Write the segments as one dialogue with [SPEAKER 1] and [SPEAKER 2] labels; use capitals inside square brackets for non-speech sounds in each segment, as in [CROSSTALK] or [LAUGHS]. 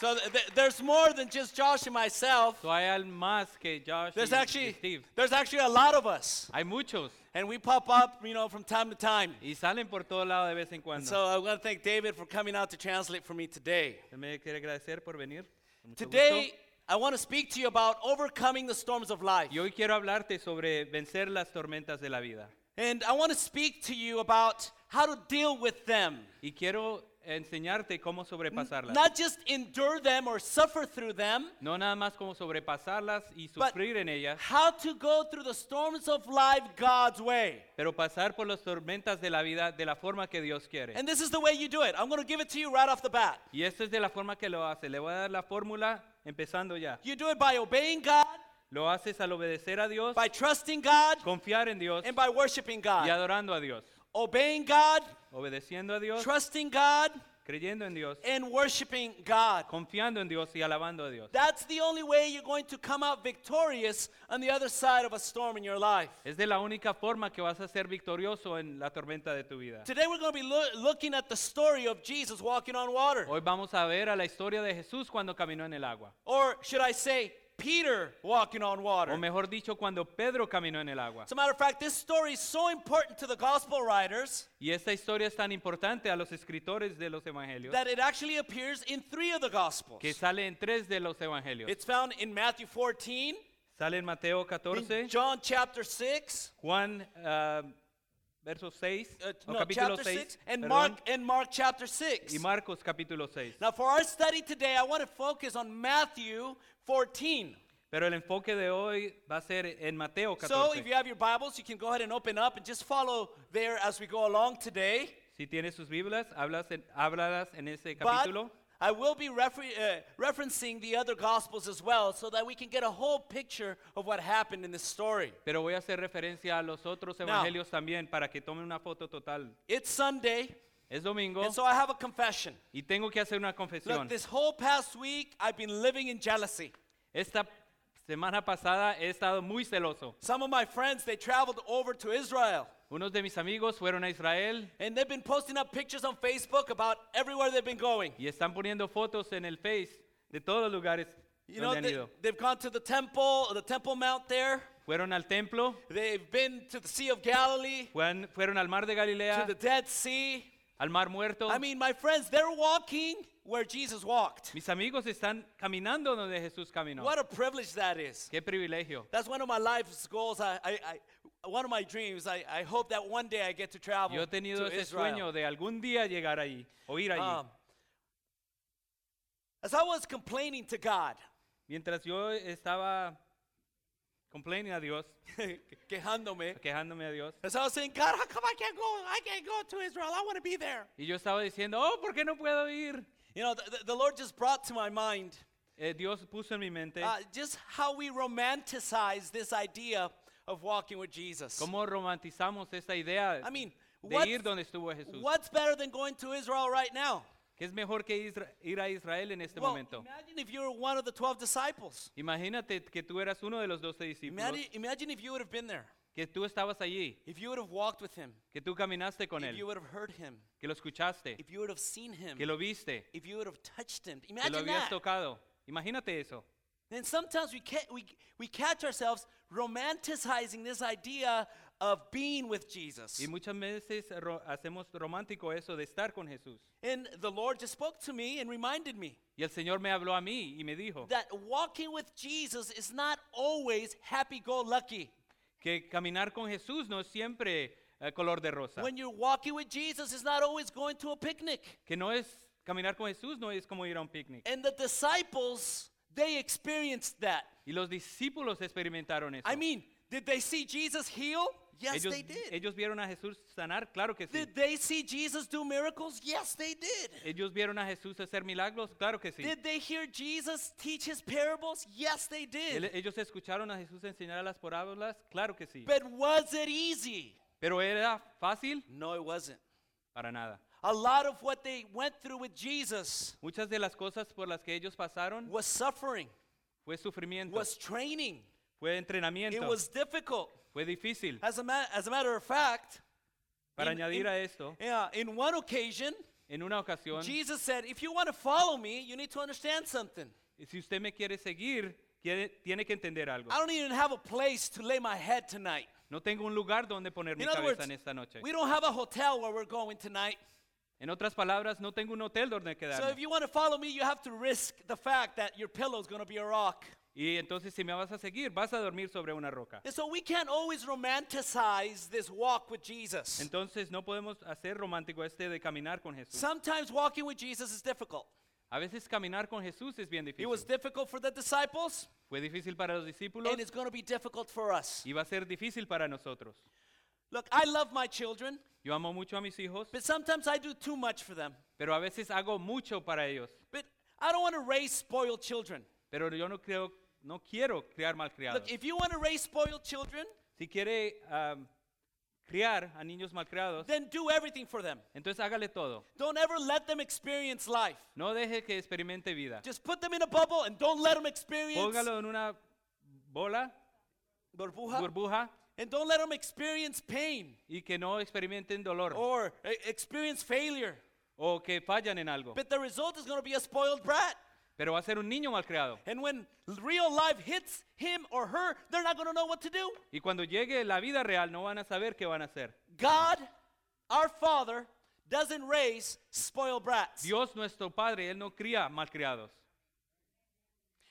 [SPEAKER 1] So th- th- there's more than just Josh and myself.
[SPEAKER 2] So hay al más que Josh
[SPEAKER 1] There's
[SPEAKER 2] y- y
[SPEAKER 1] actually
[SPEAKER 2] Steve.
[SPEAKER 1] there's actually a lot of us,
[SPEAKER 2] Hay muchos
[SPEAKER 1] and we pop up, you know, from time to time.
[SPEAKER 2] y salen por todos lados de vez en
[SPEAKER 1] And
[SPEAKER 2] cuando.
[SPEAKER 1] so I want to thank David for coming out to translate for me today.
[SPEAKER 2] Él me quiere agradecer por venir. con mucho
[SPEAKER 1] Today
[SPEAKER 2] gusto.
[SPEAKER 1] I want to speak to you about overcoming the storms of life,
[SPEAKER 2] Y hoy quiero hablarte sobre vencer las tormentas de la vida.
[SPEAKER 1] and I want to speak to you about how to deal with them.
[SPEAKER 2] Y quiero enseñarte cómo sobrepasarlas.
[SPEAKER 1] Not just endure them or suffer through them,
[SPEAKER 2] no nada más cómo sobrepasarlas y
[SPEAKER 1] But-
[SPEAKER 2] sufrir en ellas,
[SPEAKER 1] how to go through the storms of life God's way.
[SPEAKER 2] pero pasar por las tormentas de la vida de la forma que Dios quiere.
[SPEAKER 1] And this is the way you do it. I'm going to give it to you right off the bat.
[SPEAKER 2] y esto es de la forma que lo hace. Le voy a dar la fórmula empezando ya.
[SPEAKER 1] You do it by obeying God,
[SPEAKER 2] Lo haces al obedecer a Dios,
[SPEAKER 1] by trusting God,
[SPEAKER 2] confiar en Dios
[SPEAKER 1] and by worshiping
[SPEAKER 2] y
[SPEAKER 1] God.
[SPEAKER 2] adorando a Dios.
[SPEAKER 1] Obeying God,
[SPEAKER 2] Obedeciendo a Dios,
[SPEAKER 1] trusting God,
[SPEAKER 2] creyendo en Dios,
[SPEAKER 1] and worshiping God.
[SPEAKER 2] confiando en Dios y alabando a Dios.
[SPEAKER 1] That's the only way you're going to come out victorious on the other side of a storm in your life.
[SPEAKER 2] Es de la única forma que vas a ser victorioso en la tormenta de tu vida.
[SPEAKER 1] Today we're going to be loo- looking at the story of Jesus walking on water.
[SPEAKER 2] Hoy vamos a ver a la historia de Jesús cuando caminó en el agua.
[SPEAKER 1] Or should I say, Peter walking on
[SPEAKER 2] O
[SPEAKER 1] water.
[SPEAKER 2] mejor dicho, cuando Pedro caminó en el agua.
[SPEAKER 1] As a matter of fact, this story is so important to the gospel writers
[SPEAKER 2] Y esta historia es tan importante a los escritores de los evangelios
[SPEAKER 1] that it actually appears in three of the gospels.
[SPEAKER 2] que sale en tres de los evangelios.
[SPEAKER 1] It's found in Matthew 14,
[SPEAKER 2] Sale en Mateo
[SPEAKER 1] in
[SPEAKER 2] 14,
[SPEAKER 1] John chapter 6,
[SPEAKER 2] Juan ah, verso 6,
[SPEAKER 1] uh,
[SPEAKER 2] o
[SPEAKER 1] no,
[SPEAKER 2] capítulo
[SPEAKER 1] chapter
[SPEAKER 2] 6,
[SPEAKER 1] 6, and
[SPEAKER 2] perdón,
[SPEAKER 1] Mark and Mark chapter 6.
[SPEAKER 2] y Marcos capítulo 6.
[SPEAKER 1] Now for our study today, I want to focus on Matthew 14.
[SPEAKER 2] Pero el enfoque de hoy va a ser en Mateo
[SPEAKER 1] So if you
[SPEAKER 2] 14.
[SPEAKER 1] have your Bibles, you can go ahead and open up and just follow there as we go along today.
[SPEAKER 2] Si tienes sus Biblias, hablas en, háblalas en ese
[SPEAKER 1] But
[SPEAKER 2] capítulo.
[SPEAKER 1] I will be refer- uh, referencing the other gospels as well so that we can get a whole picture of what happened in this story.
[SPEAKER 2] Pero voy a hacer referencia a los otros
[SPEAKER 1] Now-
[SPEAKER 2] evangelios también para que tomen una foto total.
[SPEAKER 1] It's Sunday,
[SPEAKER 2] Es domingo
[SPEAKER 1] and so I have a confession.
[SPEAKER 2] y tengo que hacer una confesión.
[SPEAKER 1] Look, this whole past week I've been living in jealousy.
[SPEAKER 2] Esta semana pasada he estado muy celoso.
[SPEAKER 1] Some of my friends they traveled over to Israel
[SPEAKER 2] Unos de mis amigos fueron a Israel
[SPEAKER 1] and they've been posting up pictures on Facebook about everywhere they've been going.
[SPEAKER 2] y están poniendo fotos en el Face de todos los lugares
[SPEAKER 1] You know,
[SPEAKER 2] donde han
[SPEAKER 1] they,
[SPEAKER 2] ido.
[SPEAKER 1] they've gone to the temple, the Temple Mount there.
[SPEAKER 2] Fueron al templo,
[SPEAKER 1] They've been to the Sea of Galilee,
[SPEAKER 2] fueron, fueron al mar
[SPEAKER 1] to
[SPEAKER 2] de Galilea,
[SPEAKER 1] the Dead Sea.
[SPEAKER 2] al mar muerto.
[SPEAKER 1] I mean, my friends, they're walking where Jesus walked.
[SPEAKER 2] Mis amigos están caminando donde Jesús caminó.
[SPEAKER 1] What a privilege that is.
[SPEAKER 2] Qué privilegio.
[SPEAKER 1] That's one of my life's goals. I, I, I, one of my dreams. I, I hope that one day I get to travel
[SPEAKER 2] Yo he tenido
[SPEAKER 1] Oh, to
[SPEAKER 2] ese
[SPEAKER 1] Israel.
[SPEAKER 2] sueño de algún día llegar ahí o ir allí.
[SPEAKER 1] Um, as I was complaining to God, [LAUGHS]
[SPEAKER 2] Mientras yo estaba complaining a Dios,
[SPEAKER 1] quejándome,
[SPEAKER 2] quejándome a Dios,
[SPEAKER 1] as I was saying, God, how come I can't go? I can't go to Israel. I want to be there.
[SPEAKER 2] y yo estaba diciendo, oh, ¿por qué no puedo ir?
[SPEAKER 1] You know, the, the- the Lord just brought to my mind
[SPEAKER 2] Eh, Dios puso en mi mente
[SPEAKER 1] uh, just how we romanticize this idea of walking with Jesus.
[SPEAKER 2] cómo romantizamos esta idea
[SPEAKER 1] I mean,
[SPEAKER 2] de ir donde estuvo Jesús.
[SPEAKER 1] what's better than going to Israel right now?
[SPEAKER 2] ¿Qué es mejor que Isra- ir a Israel en este
[SPEAKER 1] Well,
[SPEAKER 2] momento?
[SPEAKER 1] imagine if you were one of the 12 disciples.
[SPEAKER 2] Imagínate que tú eras uno de los doce discípulos,
[SPEAKER 1] Imagine, imagine if you would have been there,
[SPEAKER 2] que tú estabas allí,
[SPEAKER 1] if you would have walked with him,
[SPEAKER 2] que tú caminaste con
[SPEAKER 1] if
[SPEAKER 2] él,
[SPEAKER 1] you would have heard him,
[SPEAKER 2] que lo escuchaste,
[SPEAKER 1] if you would have seen him,
[SPEAKER 2] que lo viste,
[SPEAKER 1] if you would have touched him.
[SPEAKER 2] que lo
[SPEAKER 1] Imagine
[SPEAKER 2] habías
[SPEAKER 1] that.
[SPEAKER 2] tocado. Imagínate eso.
[SPEAKER 1] And sometimes we, ca- we, we catch ourselves romanticizing this idea of being with Jesus.
[SPEAKER 2] Y muchas veces ro- hacemos romántico eso de estar con Jesús.
[SPEAKER 1] And the Lord just spoke to me and reminded me
[SPEAKER 2] Y el Señor me habló a mí y me dijo
[SPEAKER 1] that walking with Jesus is not always happy go lucky.
[SPEAKER 2] que caminar con Jesús no es siempre eh, color de rosa.
[SPEAKER 1] When you're walking with Jesus, it's not always going to a picnic.
[SPEAKER 2] Que no es caminar con Jesús no es como ir a un picnic.
[SPEAKER 1] And the disciples, they experienced that.
[SPEAKER 2] Y los discípulos experimentaron eso.
[SPEAKER 1] I mean, did they see Jesus heal? Yes,
[SPEAKER 2] ellos,
[SPEAKER 1] they did.
[SPEAKER 2] ellos vieron a Jesús sanar, claro que sí.
[SPEAKER 1] did they see Jesus do miracles? Yes, they did.
[SPEAKER 2] Ellos vieron a Jesús hacer milagros, claro que sí.
[SPEAKER 1] Did they hear Jesus teach his parables? Yes, they did.
[SPEAKER 2] El- ellos escucharon a Jesús enseñar las parábolas, claro que sí.
[SPEAKER 1] but was it easy?
[SPEAKER 2] Pero era fácil
[SPEAKER 1] No, it wasn't.
[SPEAKER 2] para nada.
[SPEAKER 1] A lot of what they went through with Jesus
[SPEAKER 2] Muchas de las cosas por las que ellos pasaron
[SPEAKER 1] was suffering,
[SPEAKER 2] fue sufrimiento,
[SPEAKER 1] was training.
[SPEAKER 2] fue
[SPEAKER 1] It
[SPEAKER 2] entrenamiento,
[SPEAKER 1] was difficult.
[SPEAKER 2] fue difícil.
[SPEAKER 1] As a, ma- as a matter of fact,
[SPEAKER 2] Para
[SPEAKER 1] in-
[SPEAKER 2] añadir
[SPEAKER 1] in-
[SPEAKER 2] a esto,
[SPEAKER 1] yeah, in one occasion,
[SPEAKER 2] en una ocasión,
[SPEAKER 1] Jesus said, If you want to follow me, you need to understand something.
[SPEAKER 2] si usted me quiere seguir, quiere- tiene que entender algo.
[SPEAKER 1] I don't even have a place to lay my head tonight.
[SPEAKER 2] No tengo un lugar donde poner mi
[SPEAKER 1] In other
[SPEAKER 2] cabeza
[SPEAKER 1] words,
[SPEAKER 2] en esta noche.
[SPEAKER 1] we don't have a hotel where we're going tonight.
[SPEAKER 2] En otras palabras, no tengo un hotel
[SPEAKER 1] So
[SPEAKER 2] donde
[SPEAKER 1] if
[SPEAKER 2] quedarme.
[SPEAKER 1] you want to follow me, you have to risk the fact that your pillow is going to be a rock.
[SPEAKER 2] Y entonces si me vas a seguir, vas a dormir sobre una roca.
[SPEAKER 1] And so we can't always romanticize this walk with Jesus.
[SPEAKER 2] Entonces no podemos hacer romántico este de caminar con Jesús.
[SPEAKER 1] Sometimes walking with Jesus is difficult.
[SPEAKER 2] A veces caminar con Jesús es bien
[SPEAKER 1] It was
[SPEAKER 2] difícil.
[SPEAKER 1] difficult for the disciples,
[SPEAKER 2] Fue difícil para los discípulos
[SPEAKER 1] and it's going to be difficult for us.
[SPEAKER 2] y va a ser difícil para nosotros.
[SPEAKER 1] Look, I love my children,
[SPEAKER 2] Yo amo mucho a mis hijos,
[SPEAKER 1] but sometimes I do too much for them.
[SPEAKER 2] pero a veces hago mucho para ellos.
[SPEAKER 1] But I don't want to raise spoiled children.
[SPEAKER 2] Pero yo no creo, no quiero criar malcriados.
[SPEAKER 1] Look, if you want to raise spoiled children,
[SPEAKER 2] Si quiere am, criar a niños malcriados,
[SPEAKER 1] then do everything for them.
[SPEAKER 2] entonces hágale todo.
[SPEAKER 1] Don't ever let them experience life.
[SPEAKER 2] No deje que experimente vida.
[SPEAKER 1] Just put them in a bubble and don't let them experience
[SPEAKER 2] Póngalo en una bola,
[SPEAKER 1] burbuja,
[SPEAKER 2] burbuja,
[SPEAKER 1] and don't let them experience pain
[SPEAKER 2] y que no experimenten dolor
[SPEAKER 1] or uh, experience failure.
[SPEAKER 2] o que fallan en algo.
[SPEAKER 1] But the result is going to be a spoiled brat.
[SPEAKER 2] Pero va a ser un niño malcriado.
[SPEAKER 1] And when real life hits him or her, they're not going to know what to do.
[SPEAKER 2] Y cuando llegue la vida real no van a saber qué van a hacer.
[SPEAKER 1] God, our Father, doesn't raise spoiled brats.
[SPEAKER 2] Dios nuestro Padre, Él no cría malcriados.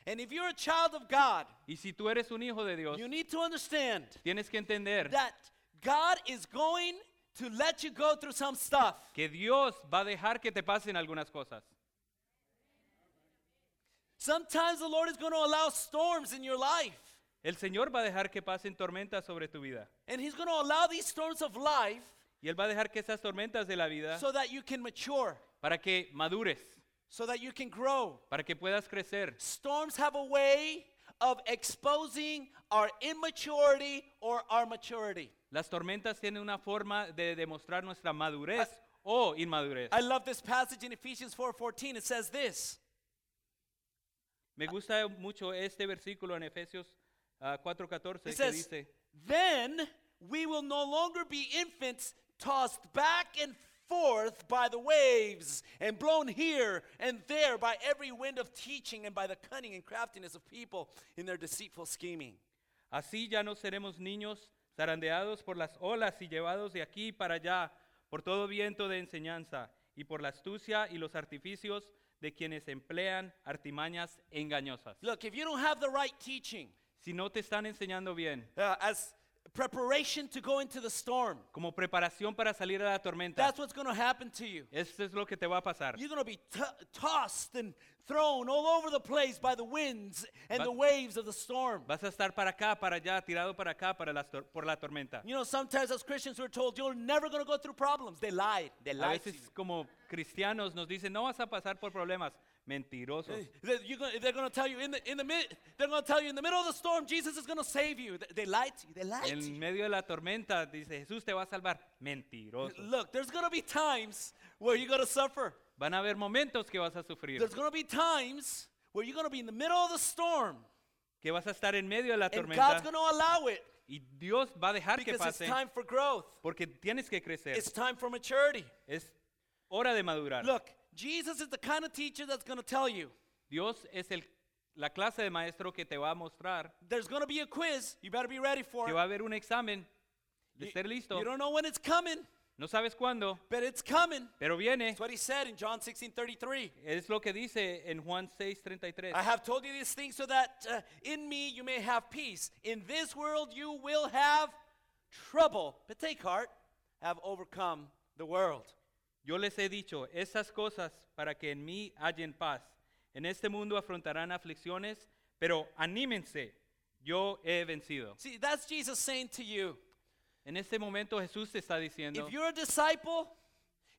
[SPEAKER 1] And if you're a child of God,
[SPEAKER 2] Y si tú eres un hijo de Dios,
[SPEAKER 1] you need to understand
[SPEAKER 2] tienes que entender
[SPEAKER 1] that God is going to let you go through some stuff.
[SPEAKER 2] que Dios va a dejar que te pasen algunas cosas.
[SPEAKER 1] Sometimes the Lord is going to allow storms in your life,
[SPEAKER 2] El Señor va a dejar que pasen tormentas sobre tu vida.
[SPEAKER 1] and He's going to allow these storms of life
[SPEAKER 2] Y Él va a dejar que esas tormentas de la vida,
[SPEAKER 1] so that you can mature,
[SPEAKER 2] para que madures,
[SPEAKER 1] so that you can grow.
[SPEAKER 2] para que puedas crecer.
[SPEAKER 1] Storms have a way of exposing our immaturity or our maturity.
[SPEAKER 2] Las tormentas tienen una forma de demostrar nuestra madurez o inmadurez.
[SPEAKER 1] I love this passage in Ephesians 4:14. It says this.
[SPEAKER 2] Me gusta mucho este versículo en Efesios ah, 4:14
[SPEAKER 1] It
[SPEAKER 2] que
[SPEAKER 1] says,
[SPEAKER 2] dice,
[SPEAKER 1] "Then we will no longer be infants tossed back and forth by the waves and blown here and there by every wind of teaching and by the cunning and craftiness of people in their deceitful scheming."
[SPEAKER 2] Así ya no seremos niños zarandeados por las olas y llevados de aquí para allá por todo viento de enseñanza y por la astucia y los artificios de quienes emplean artimañas engañosas.
[SPEAKER 1] Look, if you don't have the right teaching
[SPEAKER 2] Si no te están enseñando bien,
[SPEAKER 1] uh, as preparation to go into the storm,
[SPEAKER 2] como preparación para salir a la tormenta,
[SPEAKER 1] that's what's going to happen to you.
[SPEAKER 2] esto es lo que te va a pasar.
[SPEAKER 1] You're going to be t- tossed and thrown all over the place by the winds and
[SPEAKER 2] Vas-
[SPEAKER 1] the waves of the storm.
[SPEAKER 2] Vas a estar para acá, para allá, tirado para acá, para las tor- por la tormenta.
[SPEAKER 1] You know, sometimes as Christians we're told you're never going to go through problems. They lied. They
[SPEAKER 2] A
[SPEAKER 1] lied. to you.
[SPEAKER 2] veces como cristianos nos dicen, no vas a pasar por problemas. Mentirosos.
[SPEAKER 1] Eh, They- you're gonna- they're going to tell you in the in the mid, they're going to tell you in the middle of the storm Jesus is going to save you. Th- They lied to you. They lied to
[SPEAKER 2] En
[SPEAKER 1] you.
[SPEAKER 2] medio de la tormenta dice, Jesús te va a salvar. Mentirosos.
[SPEAKER 1] Look, there's going to be times where you're going to suffer.
[SPEAKER 2] Van a haber momentos que vas a sufrir,
[SPEAKER 1] There's going to be times where you're going to be in the middle of the storm
[SPEAKER 2] que vas a estar en medio de la
[SPEAKER 1] and God's
[SPEAKER 2] tormenta
[SPEAKER 1] going to allow it
[SPEAKER 2] y Dios va a dejar que
[SPEAKER 1] because it's
[SPEAKER 2] pase
[SPEAKER 1] time for growth.
[SPEAKER 2] porque tienes que crecer.
[SPEAKER 1] It's time for maturity.
[SPEAKER 2] Es hora de madurar.
[SPEAKER 1] Look, Jesus is the kind of teacher that's going to tell you
[SPEAKER 2] Dios es el, la clase de maestro que te va a mostrar
[SPEAKER 1] there's going to be a quiz. You better be ready for
[SPEAKER 2] que
[SPEAKER 1] it.
[SPEAKER 2] va a haber un examen. De
[SPEAKER 1] You-
[SPEAKER 2] estar listo.
[SPEAKER 1] You don't know when it's coming,
[SPEAKER 2] No sabes cuándo,
[SPEAKER 1] but it's coming.
[SPEAKER 2] pero viene.
[SPEAKER 1] That's what he said in John 16 33.
[SPEAKER 2] Es lo que dice en Juan 6:33.
[SPEAKER 1] I have told you these things so that uh, in me you may have peace. In this world you will have trouble, but take heart, I have overcome the world.
[SPEAKER 2] Yo les he dicho esas cosas para que en mí hallen paz. En este mundo afrontarán aflicciones, pero anímense. Yo he vencido.
[SPEAKER 1] See, that's Jesus saying to you.
[SPEAKER 2] En este momento Jesús te está diciendo,
[SPEAKER 1] If you're a disciple,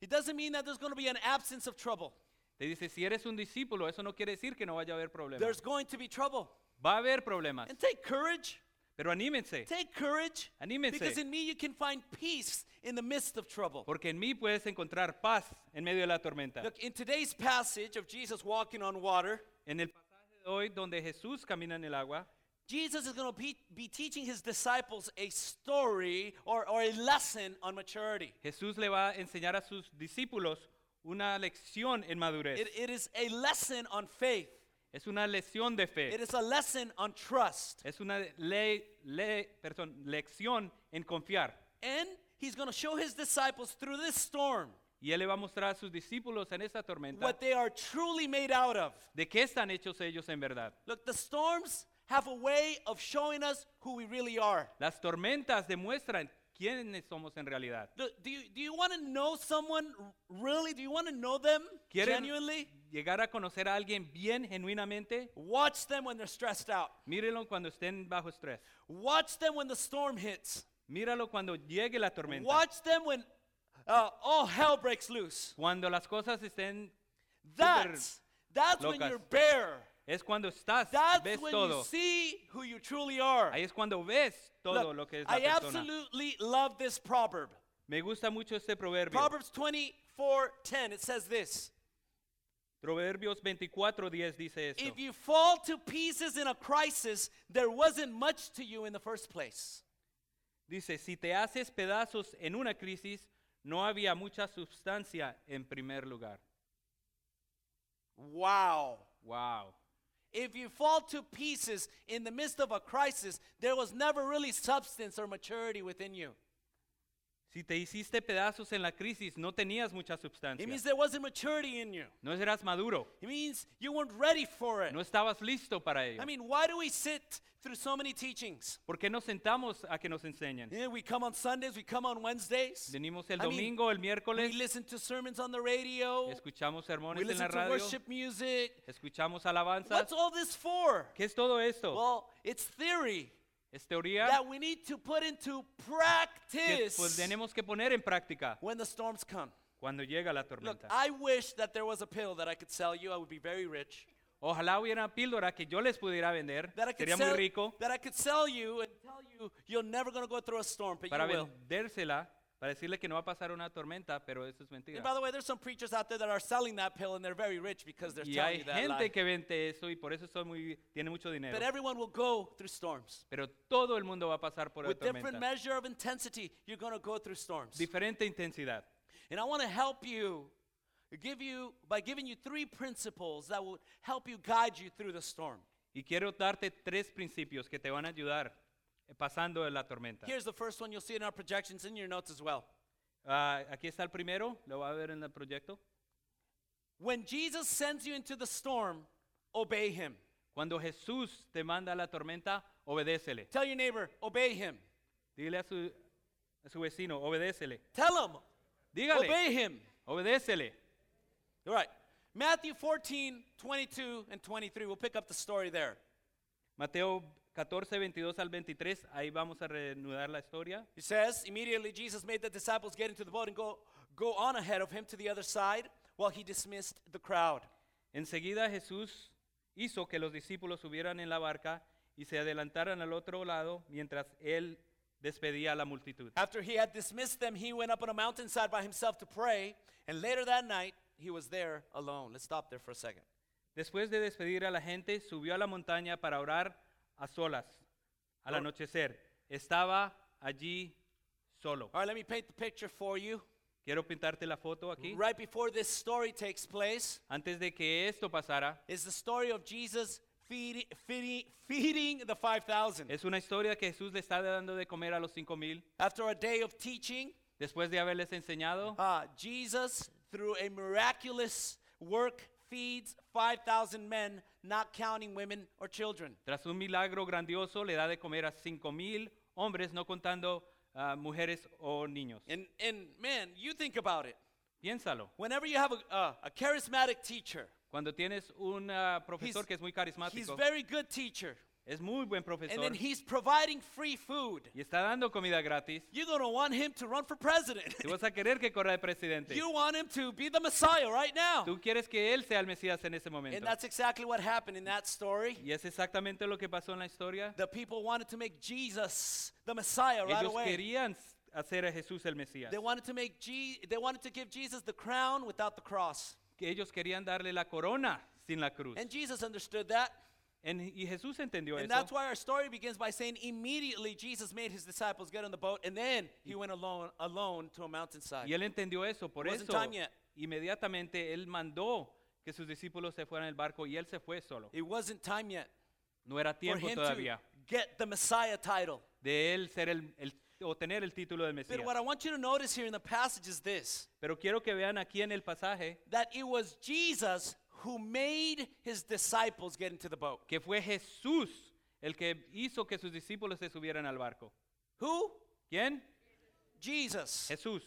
[SPEAKER 1] it doesn't mean that there's going to be an absence of trouble.
[SPEAKER 2] te dice, si eres un discípulo, eso no quiere decir que no vaya a haber
[SPEAKER 1] There's
[SPEAKER 2] problemas.
[SPEAKER 1] going to be trouble.
[SPEAKER 2] Va a haber problemas,
[SPEAKER 1] And take courage.
[SPEAKER 2] pero anímense,
[SPEAKER 1] Take courage.
[SPEAKER 2] Anímense.
[SPEAKER 1] Because in me you can find peace in the midst of trouble.
[SPEAKER 2] porque en mí puedes encontrar paz en medio de la tormenta.
[SPEAKER 1] Look, in today's passage of Jesus walking on water,
[SPEAKER 2] En el pasaje de hoy donde Jesús camina en el agua,
[SPEAKER 1] Jesus is going to be, be teaching his disciples a story or, or a lesson on maturity.
[SPEAKER 2] Jesús le va a enseñar a sus discípulos una lección en madurez.
[SPEAKER 1] It, it is a lesson on faith.
[SPEAKER 2] es una lección de fe.
[SPEAKER 1] It is a lesson on trust.
[SPEAKER 2] es una ley, ley- perdón, lección en confiar.
[SPEAKER 1] And he's going to show his disciples through this storm
[SPEAKER 2] Y Él le va a mostrar a sus discípulos en esta tormenta
[SPEAKER 1] what they are truly made out of.
[SPEAKER 2] de qué están hechos ellos en verdad.
[SPEAKER 1] Look, the storms have a way of showing us who we really are.
[SPEAKER 2] Las tormentas demuestran quiénes somos en realidad.
[SPEAKER 1] Do, do you, do you want to know someone r- really? Do you want to know them
[SPEAKER 2] ¿Quieren
[SPEAKER 1] genuinely?
[SPEAKER 2] llegar a conocer a alguien bien, genuinamente?
[SPEAKER 1] Watch them when they're stressed out.
[SPEAKER 2] Mírenlo cuando estén bajo estrés.
[SPEAKER 1] Watch them when the storm hits.
[SPEAKER 2] Míralo cuando llegue la tormenta.
[SPEAKER 1] Watch them when uh, all hell breaks loose.
[SPEAKER 2] Cuando las cosas estén... súper-
[SPEAKER 1] That's, that's when
[SPEAKER 2] locas.
[SPEAKER 1] you're bare.
[SPEAKER 2] es cuando estás,
[SPEAKER 1] That's
[SPEAKER 2] ves
[SPEAKER 1] when you
[SPEAKER 2] todo.
[SPEAKER 1] see who you truly are.
[SPEAKER 2] Ahí es cuando ves todo
[SPEAKER 1] Look,
[SPEAKER 2] lo que es la
[SPEAKER 1] I
[SPEAKER 2] persona.
[SPEAKER 1] absolutely love this proverb.
[SPEAKER 2] Me gusta mucho este proverbio.
[SPEAKER 1] Proverbs 24:10 it says this.
[SPEAKER 2] Proverbios 24:10 dice esto.
[SPEAKER 1] If you fall to pieces in a crisis, there wasn't much to you in the first place.
[SPEAKER 2] Dice, si te haces pedazos en una crisis, no había mucha sustancia en primer lugar.
[SPEAKER 1] Wow.
[SPEAKER 2] Wow.
[SPEAKER 1] If you fall to pieces in the midst of a crisis, there was never really substance or maturity within you.
[SPEAKER 2] Si te hiciste pedazos en la crisis, no tenías mucha sustancia.
[SPEAKER 1] It means there wasn't maturity in you.
[SPEAKER 2] No eras maduro.
[SPEAKER 1] It means you weren't ready for it.
[SPEAKER 2] No estabas listo para ello.
[SPEAKER 1] I mean, why do we sit through so many teachings?
[SPEAKER 2] ¿Por qué nos sentamos a que nos enseñen?
[SPEAKER 1] Yeah, we come on Sundays, we come on Wednesdays.
[SPEAKER 2] Venimos el
[SPEAKER 1] I mean,
[SPEAKER 2] domingo, el
[SPEAKER 1] We
[SPEAKER 2] miércoles,
[SPEAKER 1] listen to sermons on the radio.
[SPEAKER 2] escuchamos
[SPEAKER 1] We
[SPEAKER 2] sermones en la
[SPEAKER 1] listen to
[SPEAKER 2] radio,
[SPEAKER 1] worship music.
[SPEAKER 2] escuchamos alabanzas.
[SPEAKER 1] What's all this for?
[SPEAKER 2] ¿Qué es todo esto?
[SPEAKER 1] Well, it's theory
[SPEAKER 2] Es teoría
[SPEAKER 1] that we need to put into
[SPEAKER 2] que
[SPEAKER 1] practice
[SPEAKER 2] pues, tenemos que poner en práctica
[SPEAKER 1] when the storms come.
[SPEAKER 2] cuando llega la
[SPEAKER 1] Look,
[SPEAKER 2] tormenta.
[SPEAKER 1] I wish that there was a pill that I could sell you. I would be very rich.
[SPEAKER 2] Ojalá hubiera una píldora que yo les pudiera vender.
[SPEAKER 1] That I could,
[SPEAKER 2] Sería muy
[SPEAKER 1] sell,
[SPEAKER 2] rico
[SPEAKER 1] that I could sell you and tell you you're never going to go through a storm, but
[SPEAKER 2] para
[SPEAKER 1] you will.
[SPEAKER 2] vendérsela, para decirle que no va a pasar una tormenta, pero eso es
[SPEAKER 1] And by
[SPEAKER 2] mentira.
[SPEAKER 1] the way, there's some preachers out there that are selling that pill and they're very rich because they're
[SPEAKER 2] Y
[SPEAKER 1] telling
[SPEAKER 2] hay
[SPEAKER 1] you that
[SPEAKER 2] gente
[SPEAKER 1] lie.
[SPEAKER 2] que vende eso y por eso son muy, tiene mucho dinero.
[SPEAKER 1] But everyone will go through storms.
[SPEAKER 2] Pero todo el mundo va a pasar por la
[SPEAKER 1] With different
[SPEAKER 2] tormenta.
[SPEAKER 1] measure of intensity, you're going to go through storms.
[SPEAKER 2] Diferente intensidad.
[SPEAKER 1] And I want to help you, give you by giving you three principles that will help you guide you through the storm.
[SPEAKER 2] Y quiero darte tres principios que te van a ayudar eh, pasando de la tormenta.
[SPEAKER 1] Here's the first one. You'll see it in our projections in your notes as well.
[SPEAKER 2] Ah, aquí está el primero, lo va a ver en el proyecto.
[SPEAKER 1] When Jesus sends you into the storm, obey Him.
[SPEAKER 2] Cuando Jesús te manda a la tormenta, obedécele.
[SPEAKER 1] Tell your neighbor, obey Him.
[SPEAKER 2] Dile a su, a su vecino, obedécele.
[SPEAKER 1] Tell him,
[SPEAKER 2] Dígale.
[SPEAKER 1] obey Him.
[SPEAKER 2] Obedécele.
[SPEAKER 1] All right. Matthew 14, 22 and 23. We'll pick up the story there.
[SPEAKER 2] Mateo 14, 22 al 23, ahí vamos a reanudar la historia.
[SPEAKER 1] He says, immediately Jesus made the disciples get into the boat and go, go on ahead of him to the other side while he dismissed the crowd.
[SPEAKER 2] Enseguida Jesús hizo que los discípulos subieran en la barca y se adelantaran al otro lado mientras él despedía a la multitud.
[SPEAKER 1] After he had dismissed them, he went up on a mountainside by himself to pray, and later that night, he was there alone. Let's stop there for a second.
[SPEAKER 2] Después de despedir a la gente, subió a la montaña para orar a solas. Al
[SPEAKER 1] Or-
[SPEAKER 2] anochecer, estaba allí solo.
[SPEAKER 1] All right, let me paint the picture for you.
[SPEAKER 2] Quiero pintarte la foto aquí.
[SPEAKER 1] Right before this story takes place,
[SPEAKER 2] Antes de que esto pasara,
[SPEAKER 1] is the story of Jesus feeding, feeding, feeding the 5,000.
[SPEAKER 2] es una historia que Jesús le está dando de comer a los cinco mil.
[SPEAKER 1] After a day of teaching,
[SPEAKER 2] Después de haberles enseñado,
[SPEAKER 1] uh, Jesus, through a miraculous work, feeds 5,000 men, not counting women or children.
[SPEAKER 2] Tras un milagro grandioso, le da de comer a cinco mil hombres, no contando ah, mujeres o niños.
[SPEAKER 1] And, and man, you think about it.
[SPEAKER 2] Piénsalo.
[SPEAKER 1] Whenever you have a, uh, a charismatic teacher,
[SPEAKER 2] Cuando tienes un ah, profesor
[SPEAKER 1] He's-
[SPEAKER 2] que es muy
[SPEAKER 1] He's
[SPEAKER 2] carismático,
[SPEAKER 1] very good teacher.
[SPEAKER 2] es muy buen
[SPEAKER 1] And
[SPEAKER 2] profesor
[SPEAKER 1] then he's providing free food.
[SPEAKER 2] y está dando comida gratis,
[SPEAKER 1] You're going to want him to run for president. [LAUGHS]
[SPEAKER 2] tú vas a querer que corra de presidente.
[SPEAKER 1] you want him to be the Messiah right now.
[SPEAKER 2] Tú quieres que él sea el Mesías en ese
[SPEAKER 1] And
[SPEAKER 2] momento.
[SPEAKER 1] that's exactly what happened in that story.
[SPEAKER 2] Y es exactamente lo que pasó en la historia.
[SPEAKER 1] The people wanted to make Jesus the Messiah right
[SPEAKER 2] Ellos
[SPEAKER 1] away.
[SPEAKER 2] querían s- hacer a Jesús el Mesías.
[SPEAKER 1] They wanted to make Je- they wanted to give Jesus the crown without the cross.
[SPEAKER 2] Que ellos querían darle la corona sin la cruz.
[SPEAKER 1] And Jesus understood that.
[SPEAKER 2] En- y Jesús entendió
[SPEAKER 1] And
[SPEAKER 2] eso.
[SPEAKER 1] that's why our story begins by saying immediately Jesus made his disciples get on the boat and then he went alone alone to a mountainside.
[SPEAKER 2] Y él entendió eso, por
[SPEAKER 1] It wasn't
[SPEAKER 2] eso
[SPEAKER 1] time yet.
[SPEAKER 2] inmediatamente él mandó que sus discípulos se fueran del barco y él se fue solo.
[SPEAKER 1] It wasn't time yet
[SPEAKER 2] No era
[SPEAKER 1] for
[SPEAKER 2] tiempo
[SPEAKER 1] him
[SPEAKER 2] todavía
[SPEAKER 1] to get the Messiah title.
[SPEAKER 2] de él ser el, el- o tener el título del Mesías.
[SPEAKER 1] But what I want you to notice here in the passage is this
[SPEAKER 2] Pero quiero que vean aquí en el pasaje
[SPEAKER 1] that it was Jesus who made his disciples get into the boat.
[SPEAKER 2] que fue Jesús el que hizo que sus discípulos se subieran al barco.
[SPEAKER 1] Who?
[SPEAKER 2] ¿Quién?
[SPEAKER 1] Jesus.
[SPEAKER 2] Jesús.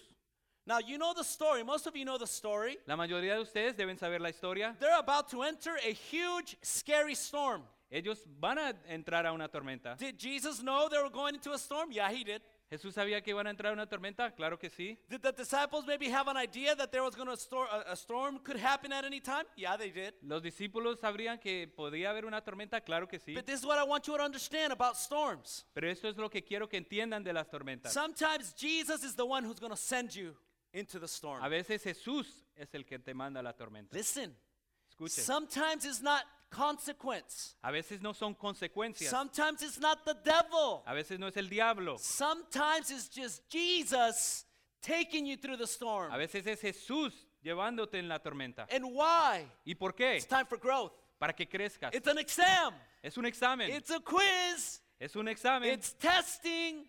[SPEAKER 1] Now, you know the story. Most of you know the story.
[SPEAKER 2] La mayoría de ustedes deben saber la historia.
[SPEAKER 1] They're about to enter a huge, scary storm.
[SPEAKER 2] Ellos van a entrar a una tormenta.
[SPEAKER 1] Did Jesus know they were going into a storm? Yeah, he did.
[SPEAKER 2] ¿Jesús sabía que iban a entrar a una tormenta? Claro que sí.
[SPEAKER 1] Did the disciples maybe have an idea that there was going to stor- a, a storm could happen at any time? Yeah, they did.
[SPEAKER 2] ¿Los discípulos sabrían que podía haber una tormenta? Claro que sí.
[SPEAKER 1] But this is what I want you to understand about storms.
[SPEAKER 2] Pero esto es lo que quiero que entiendan de las tormentas.
[SPEAKER 1] Sometimes Jesus is the one who's going to send you into the storm.
[SPEAKER 2] A veces Jesús es el que te manda la tormenta.
[SPEAKER 1] Listen.
[SPEAKER 2] Escuche.
[SPEAKER 1] Sometimes it's not consequence.
[SPEAKER 2] A veces no son consecuencias.
[SPEAKER 1] Sometimes it's not the devil.
[SPEAKER 2] A veces no es el diablo.
[SPEAKER 1] Sometimes it's just Jesus taking you through the storm.
[SPEAKER 2] A veces es Jesús llevándote en la tormenta.
[SPEAKER 1] And why?
[SPEAKER 2] ¿Y por qué?
[SPEAKER 1] It's time for growth.
[SPEAKER 2] Para que crezcas.
[SPEAKER 1] It's an exam.
[SPEAKER 2] Es un examen.
[SPEAKER 1] It's a quiz.
[SPEAKER 2] Es un examen.
[SPEAKER 1] It's testing.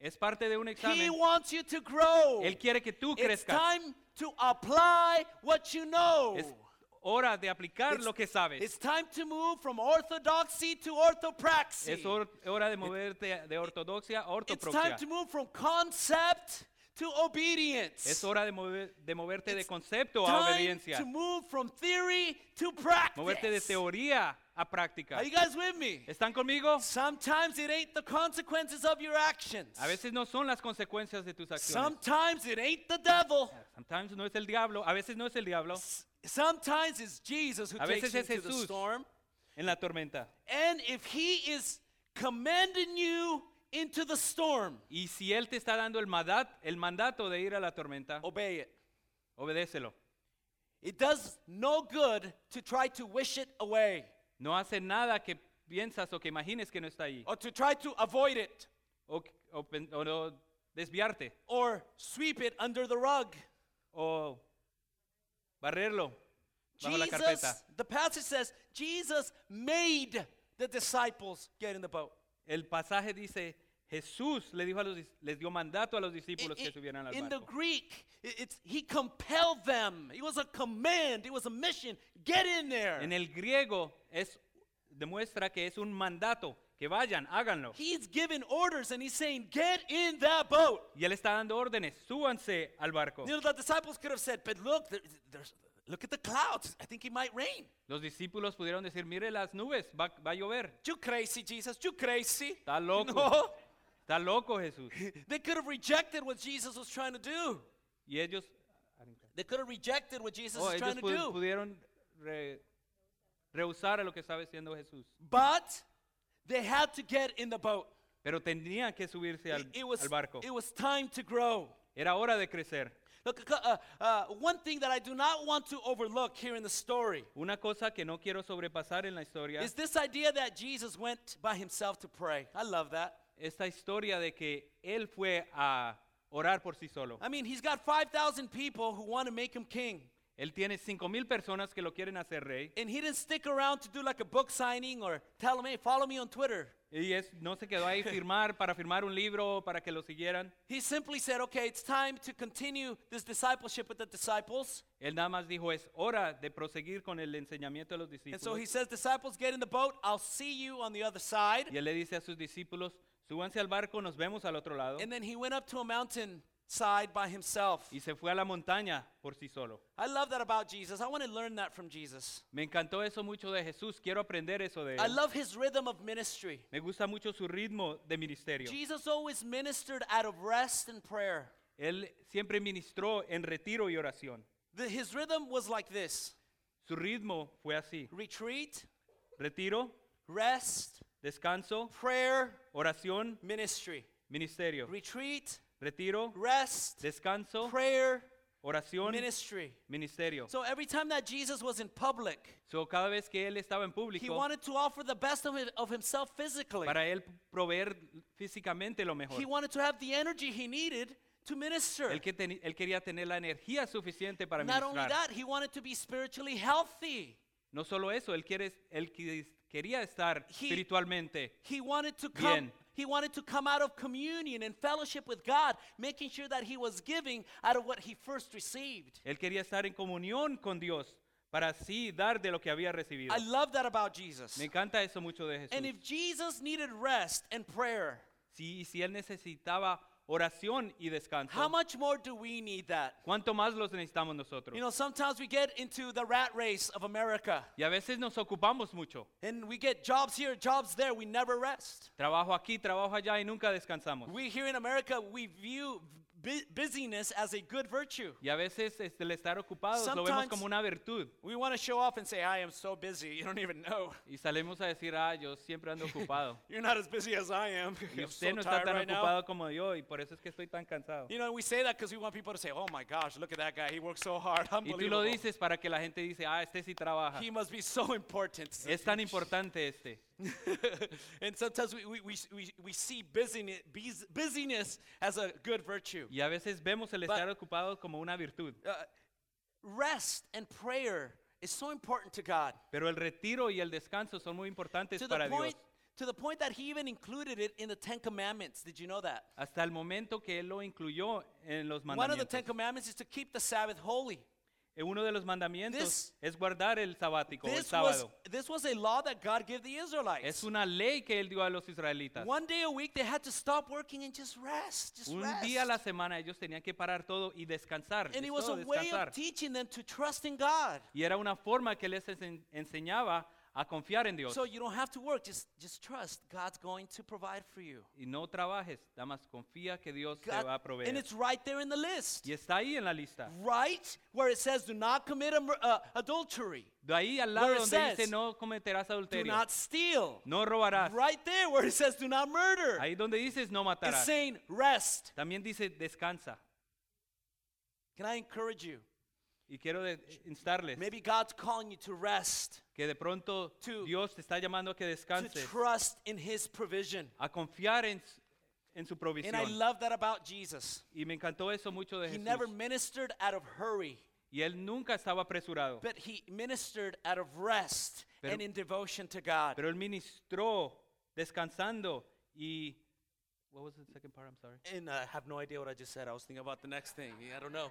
[SPEAKER 2] Es parte de un
[SPEAKER 1] He
[SPEAKER 2] examen.
[SPEAKER 1] wants you to grow.
[SPEAKER 2] Él quiere que tú
[SPEAKER 1] It's
[SPEAKER 2] crezcas.
[SPEAKER 1] time to apply what you know.
[SPEAKER 2] Es hora de aplicar
[SPEAKER 1] It's-
[SPEAKER 2] lo que sabes.
[SPEAKER 1] It's time to move from orthodoxy to orthopraxy.
[SPEAKER 2] Es hor- hora de moverte de ortodoxia a
[SPEAKER 1] it's time
[SPEAKER 2] ortoproxia.
[SPEAKER 1] to move from concept to obedience.
[SPEAKER 2] Es hora de, mover- de moverte de
[SPEAKER 1] It's
[SPEAKER 2] concepto a
[SPEAKER 1] time
[SPEAKER 2] obediencia.
[SPEAKER 1] to move from theory to practice.
[SPEAKER 2] Moverte de teoría a práctica.
[SPEAKER 1] Are you guys with me?
[SPEAKER 2] ¿Están conmigo?
[SPEAKER 1] Sometimes it ain't the consequences of your actions.
[SPEAKER 2] A veces no son las consecuencias de tus acciones.
[SPEAKER 1] Sometimes it ain't the devil.
[SPEAKER 2] Sometimes no es el diablo. A veces no es el diablo
[SPEAKER 1] S- Sometimes it's Jesus who
[SPEAKER 2] A
[SPEAKER 1] takes
[SPEAKER 2] veces
[SPEAKER 1] you
[SPEAKER 2] es
[SPEAKER 1] into the
[SPEAKER 2] Jesús.
[SPEAKER 1] storm.
[SPEAKER 2] en la tormenta.
[SPEAKER 1] And if he is commanding you into the storm,
[SPEAKER 2] Y si Él te está dando el, madat, el mandato de ir a la tormenta,
[SPEAKER 1] obey it.
[SPEAKER 2] obedécelo.
[SPEAKER 1] It does no good to try to wish it away
[SPEAKER 2] No hace nada que piensas o que imagines que no está ahí.
[SPEAKER 1] or to try to avoid it
[SPEAKER 2] O, o pen- o no desviarte.
[SPEAKER 1] or sweep it under the rug.
[SPEAKER 2] O barrerlo bajo la
[SPEAKER 1] Jesus,
[SPEAKER 2] carpeta.
[SPEAKER 1] the passage says, Jesus made the disciples get in the boat.
[SPEAKER 2] El pasaje dice, Jesús le dijo a los, dis- les dio mandato a los discípulos
[SPEAKER 1] I-
[SPEAKER 2] que subieran
[SPEAKER 1] i-
[SPEAKER 2] al
[SPEAKER 1] in the
[SPEAKER 2] barco.
[SPEAKER 1] Greek, i- it's, he compelled them. It was a command, it was a mission. Get in there.
[SPEAKER 2] En el griego es demuestra que es un mandato, que vayan, háganlo.
[SPEAKER 1] He's giving orders and he's saying, Get in that boat.
[SPEAKER 2] Y él está dando órdenes, súbanse al barco.
[SPEAKER 1] You know, the disciples could have said, But look, there, there's, look at the clouds. I think it might rain.
[SPEAKER 2] Los discípulos pudieron decir, mire las nubes, va, va a llover.
[SPEAKER 1] You crazy, Jesus. You crazy.
[SPEAKER 2] Está loco.
[SPEAKER 1] [LAUGHS] No.
[SPEAKER 2] Está loco Jesús.
[SPEAKER 1] They could have rejected what Jesus was trying to do.
[SPEAKER 2] Y ellos,
[SPEAKER 1] They could have rejected what Jesus
[SPEAKER 2] oh,
[SPEAKER 1] was
[SPEAKER 2] ellos
[SPEAKER 1] trying to
[SPEAKER 2] pu-
[SPEAKER 1] do.
[SPEAKER 2] pudieron re- rehusar a lo que estaba diciendo Jesús.
[SPEAKER 1] But they had to get in the boat.
[SPEAKER 2] Pero tenían que subirse al,
[SPEAKER 1] It was,
[SPEAKER 2] al barco.
[SPEAKER 1] it was time to grow.
[SPEAKER 2] Era hora de crecer.
[SPEAKER 1] Look, c- uh, uh, one thing that I do not want to overlook here in the story
[SPEAKER 2] Una cosa que no quiero sobrepasar en la historia
[SPEAKER 1] is this idea that Jesus went by himself to pray. I love that.
[SPEAKER 2] esta historia de que él fue a orar por sí solo.
[SPEAKER 1] I mean, he's got 5,000 people who want to make him king.
[SPEAKER 2] Él tiene cinco mil personas que lo quieren hacer rey
[SPEAKER 1] And he didn't stick around to do like a book signing or tell him, hey, follow me on Twitter.
[SPEAKER 2] y es, no se quedó ahí [LAUGHS] firmar para firmar un libro para que lo siguieran.
[SPEAKER 1] He simply said, okay, it's time to continue this discipleship with the disciples.
[SPEAKER 2] Él nada más dijo es hora de proseguir con el enseñamiento de los
[SPEAKER 1] And so he
[SPEAKER 2] discípulos
[SPEAKER 1] says, disciples, get in the boat. I'll see you on the other side.
[SPEAKER 2] y él le dice a sus discípulos súbanse al barco nos vemos al otro lado
[SPEAKER 1] And then he went up to a mountain side by himself.
[SPEAKER 2] y se fue a la montaña por sí solo.
[SPEAKER 1] I love that about Jesus. I want to learn that from Jesus.
[SPEAKER 2] Me encantó eso mucho de Jesús quiero aprender eso de
[SPEAKER 1] I
[SPEAKER 2] él.
[SPEAKER 1] love his rhythm of ministry.
[SPEAKER 2] Me gusta mucho su ritmo de ministerio.
[SPEAKER 1] Jesus always ministered out of rest and prayer.
[SPEAKER 2] Él siempre ministró en retiro y oración.
[SPEAKER 1] The- his rhythm was like this
[SPEAKER 2] Su ritmo fue así:
[SPEAKER 1] retreat,
[SPEAKER 2] retiro,
[SPEAKER 1] rest,
[SPEAKER 2] descanso,
[SPEAKER 1] prayer,
[SPEAKER 2] oración,
[SPEAKER 1] ministry.
[SPEAKER 2] ministerio.
[SPEAKER 1] Retreat,
[SPEAKER 2] Retiro,
[SPEAKER 1] rest,
[SPEAKER 2] descanso,
[SPEAKER 1] prayer,
[SPEAKER 2] oración,
[SPEAKER 1] ministry.
[SPEAKER 2] ministerio.
[SPEAKER 1] So every time that Jesus was in public,
[SPEAKER 2] So, cada vez que él estaba en
[SPEAKER 1] he
[SPEAKER 2] público,
[SPEAKER 1] wanted to offer the best of, it, of himself physically.
[SPEAKER 2] para él proveer físicamente lo
[SPEAKER 1] He
[SPEAKER 2] mejor.
[SPEAKER 1] wanted to have the energy he needed to minister.
[SPEAKER 2] Él, que teni- él quería tener la energía suficiente para
[SPEAKER 1] Not only
[SPEAKER 2] ministrar.
[SPEAKER 1] that, he wanted to be spiritually healthy.
[SPEAKER 2] No solo eso, él, quiere, él qui- quería estar
[SPEAKER 1] He-
[SPEAKER 2] espiritualmente.
[SPEAKER 1] He wanted to come
[SPEAKER 2] Bien.
[SPEAKER 1] he wanted to come out of communion and fellowship with God, making sure that he was giving out of what he first received.
[SPEAKER 2] Él quería estar en comunión con Dios para así dar de lo que había recibido.
[SPEAKER 1] I love that about Jesus.
[SPEAKER 2] Me encanta eso mucho de
[SPEAKER 1] And
[SPEAKER 2] Jesús.
[SPEAKER 1] if Jesus needed rest and prayer,
[SPEAKER 2] Si, y si él necesitaba oración y
[SPEAKER 1] how
[SPEAKER 2] descanso,
[SPEAKER 1] much more do we need that?
[SPEAKER 2] ¿cuánto más los necesitamos nosotros?
[SPEAKER 1] You know, sometimes we get into the rat race of America
[SPEAKER 2] Y a veces nos ocupamos mucho.
[SPEAKER 1] and we get jobs here, jobs there, we never rest.
[SPEAKER 2] Trabajo aquí, trabajo allá y nunca descansamos.
[SPEAKER 1] We here in America, we view bu- busyness as a good virtue.
[SPEAKER 2] Y a veces este, el estar ocupados lo vemos
[SPEAKER 1] Sometimes-
[SPEAKER 2] como una virtud.
[SPEAKER 1] We want to show off and say, I am so busy, you don't even know. [LAUGHS]
[SPEAKER 2] Y salimos a decir, ah, yo siempre ando ocupado.
[SPEAKER 1] You're not as busy as I am. [LAUGHS]
[SPEAKER 2] Y
[SPEAKER 1] I'm
[SPEAKER 2] usted
[SPEAKER 1] so
[SPEAKER 2] no está
[SPEAKER 1] tired
[SPEAKER 2] tan
[SPEAKER 1] right now.
[SPEAKER 2] ocupado como yo y por eso es que estoy tan cansado.
[SPEAKER 1] You know, we say that because we want people to say, oh my gosh, look at that guy. He works so hard. [LAUGHS]
[SPEAKER 2] Y tú lo
[SPEAKER 1] Unbelievable.
[SPEAKER 2] dices para que la gente dice, ah, este sí trabaja.
[SPEAKER 1] He must be so important.
[SPEAKER 2] Es tan importante este.
[SPEAKER 1] [LAUGHS] and sometimes we, we, we, we, we see busyness, bus- busyness as a good virtue.
[SPEAKER 2] Y a veces vemos el
[SPEAKER 1] But-
[SPEAKER 2] estar ocupado como una virtud.
[SPEAKER 1] Uh, rest and prayer is so important to God.
[SPEAKER 2] Pero el retiro y el descanso son muy importantes
[SPEAKER 1] To the,
[SPEAKER 2] para
[SPEAKER 1] point,
[SPEAKER 2] Dios.
[SPEAKER 1] to the point that He even included it in the Ten Commandments. Did you know that?
[SPEAKER 2] Hasta el momento que Él lo incluyó en los
[SPEAKER 1] One of the Ten
[SPEAKER 2] mandamientos.
[SPEAKER 1] Commandments is to keep the Sabbath holy.
[SPEAKER 2] Eh, Uno de los mandamientos
[SPEAKER 1] This-
[SPEAKER 2] es guardar el sabático, el
[SPEAKER 1] This was,
[SPEAKER 2] sábado.
[SPEAKER 1] this was a law that God gave the
[SPEAKER 2] Es
[SPEAKER 1] Israelites.
[SPEAKER 2] una ley que Él dio a los israelitas.
[SPEAKER 1] One day a week they had to stop working and just rest. Just
[SPEAKER 2] Un
[SPEAKER 1] rest.
[SPEAKER 2] día a la semana ellos tenían que parar todo y descansar.
[SPEAKER 1] and
[SPEAKER 2] es
[SPEAKER 1] it was a
[SPEAKER 2] todo,
[SPEAKER 1] way
[SPEAKER 2] descansar.
[SPEAKER 1] of teaching them to trust in God.
[SPEAKER 2] Y era una forma que les ense- enseñaba a confiar en Dios.
[SPEAKER 1] So you don't have to work, just just trust God's going to provide for you.
[SPEAKER 2] y no trabajes, nada más confía que Dios te
[SPEAKER 1] God-
[SPEAKER 2] va a proveer.
[SPEAKER 1] and it's right there in the list.
[SPEAKER 2] y está ahí en la lista.
[SPEAKER 1] Right where it says do not commit a mur- uh, adultery.
[SPEAKER 2] De ahí al lado
[SPEAKER 1] Where it
[SPEAKER 2] donde dice
[SPEAKER 1] says,
[SPEAKER 2] no cometerás
[SPEAKER 1] Do
[SPEAKER 2] adulterio,
[SPEAKER 1] not steal.
[SPEAKER 2] no robarás.
[SPEAKER 1] Right there where it says do not murder.
[SPEAKER 2] Ahí donde dices no
[SPEAKER 1] It's
[SPEAKER 2] matarás.
[SPEAKER 1] saying rest.
[SPEAKER 2] También dice descansa.
[SPEAKER 1] Can I encourage you?
[SPEAKER 2] Y quiero de- instarles
[SPEAKER 1] Maybe God's calling you to rest,
[SPEAKER 2] que de pronto
[SPEAKER 1] to-
[SPEAKER 2] Dios te está llamando a que
[SPEAKER 1] to
[SPEAKER 2] descanses,
[SPEAKER 1] trust in his provision.
[SPEAKER 2] a confiar en, s- en su
[SPEAKER 1] And I
[SPEAKER 2] provisión.
[SPEAKER 1] love that about Jesus.
[SPEAKER 2] Y me encantó eso mucho de
[SPEAKER 1] He never
[SPEAKER 2] Jesús.
[SPEAKER 1] ministered out of hurry,
[SPEAKER 2] Y él nunca estaba apresurado,
[SPEAKER 1] but he ministered out of rest
[SPEAKER 2] Pero-
[SPEAKER 1] and in devotion to God.
[SPEAKER 2] pero él ministró descansando y What was the second part? I'm sorry.
[SPEAKER 1] and uh, I have no idea what I just said. I was thinking about the next thing. I don't know.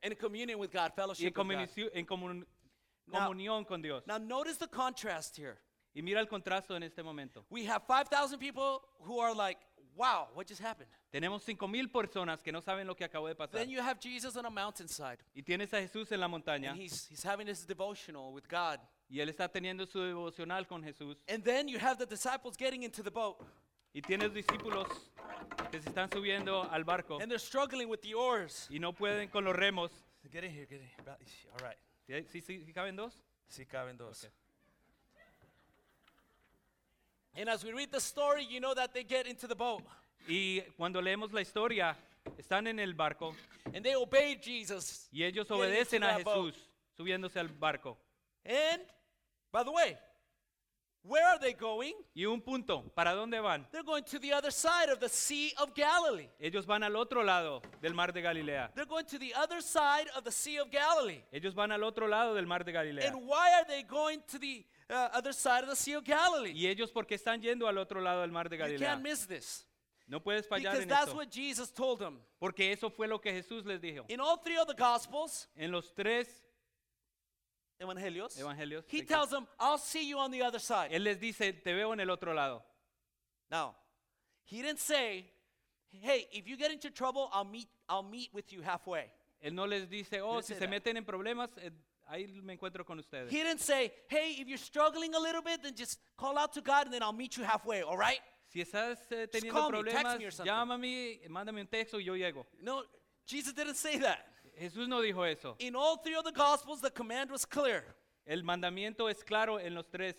[SPEAKER 1] And [LAUGHS] in communion with God,
[SPEAKER 2] Y en,
[SPEAKER 1] fellowship with God.
[SPEAKER 2] comunici- en comun-
[SPEAKER 1] Now-
[SPEAKER 2] comunión con Dios.
[SPEAKER 1] Now, notice the contrast here.
[SPEAKER 2] Y mira el contraste en este momento.
[SPEAKER 1] We have 5,000 people who are like, wow, what just happened?
[SPEAKER 2] Tenemos cinco mil personas que no saben lo que acabó de pasar.
[SPEAKER 1] Then you have Jesus on a mountainside,
[SPEAKER 2] Y tienes a Jesús en la montaña
[SPEAKER 1] and he's, he's having his devotional with God.
[SPEAKER 2] y él está teniendo su devocional con Jesús.
[SPEAKER 1] And then you have the disciples getting into the boat,
[SPEAKER 2] Y tienes discípulos que se están subiendo al barco
[SPEAKER 1] and they're struggling with the oars.
[SPEAKER 2] y no pueden con los remos.
[SPEAKER 1] Get in here, get in here. All right.
[SPEAKER 2] ¿Sí, sí, sí caben dos?
[SPEAKER 1] Sí caben dos.
[SPEAKER 2] Ok.
[SPEAKER 1] And as we read the story, you know that they get into the boat
[SPEAKER 2] Y cuando leemos la historia, están en el barco
[SPEAKER 1] and they obey Jesus.
[SPEAKER 2] y ellos
[SPEAKER 1] Getting into
[SPEAKER 2] obedecen a
[SPEAKER 1] that boat.
[SPEAKER 2] Jesús subiéndose al barco.
[SPEAKER 1] And by the way, where are they going?
[SPEAKER 2] Y un punto, ¿para dónde van?
[SPEAKER 1] They're going to the other side of the Sea of Galilee.
[SPEAKER 2] Ellos van al otro lado del mar de Galilea.
[SPEAKER 1] They're going to the other side of the Sea of Galilee.
[SPEAKER 2] Ellos van al otro lado del mar de Galilea.
[SPEAKER 1] And why are they going to the uh, other side of the Sea of Galilee?
[SPEAKER 2] Y ellos porque están yendo al otro lado del mar de
[SPEAKER 1] You
[SPEAKER 2] Galilea.
[SPEAKER 1] can't miss this
[SPEAKER 2] No puedes fallar
[SPEAKER 1] because
[SPEAKER 2] en
[SPEAKER 1] that's
[SPEAKER 2] eso.
[SPEAKER 1] what Jesus told them.
[SPEAKER 2] Porque eso fue lo que Jesús les dijo.
[SPEAKER 1] In all three of the Gospels,
[SPEAKER 2] En los tres
[SPEAKER 1] Evangelios,
[SPEAKER 2] Evangelios,
[SPEAKER 1] he
[SPEAKER 2] thank you.
[SPEAKER 1] tells them, I'll see you on the other side.
[SPEAKER 2] Él les dice, te veo en el otro lado.
[SPEAKER 1] Now, he didn't say, "Hey, if you get into trouble, I'll meet I'll meet with you halfway."
[SPEAKER 2] Él no les dice, oh,
[SPEAKER 1] didn't
[SPEAKER 2] si
[SPEAKER 1] say
[SPEAKER 2] se
[SPEAKER 1] that.
[SPEAKER 2] meten en problemas, eh, ahí me encuentro con ustedes.
[SPEAKER 1] He didn't say, "Hey, if you're struggling a little bit, then just call out to God and then I'll meet you halfway." All right?
[SPEAKER 2] Si estás eh, teniendo
[SPEAKER 1] call me, text
[SPEAKER 2] problemas,
[SPEAKER 1] me or something.
[SPEAKER 2] llámame, mándame un texto y yo llego.
[SPEAKER 1] No, Jesus didn't say that.
[SPEAKER 2] Jesús no dijo eso.
[SPEAKER 1] In all three of the gospels, the command was clear.
[SPEAKER 2] El mandamiento es claro en los tres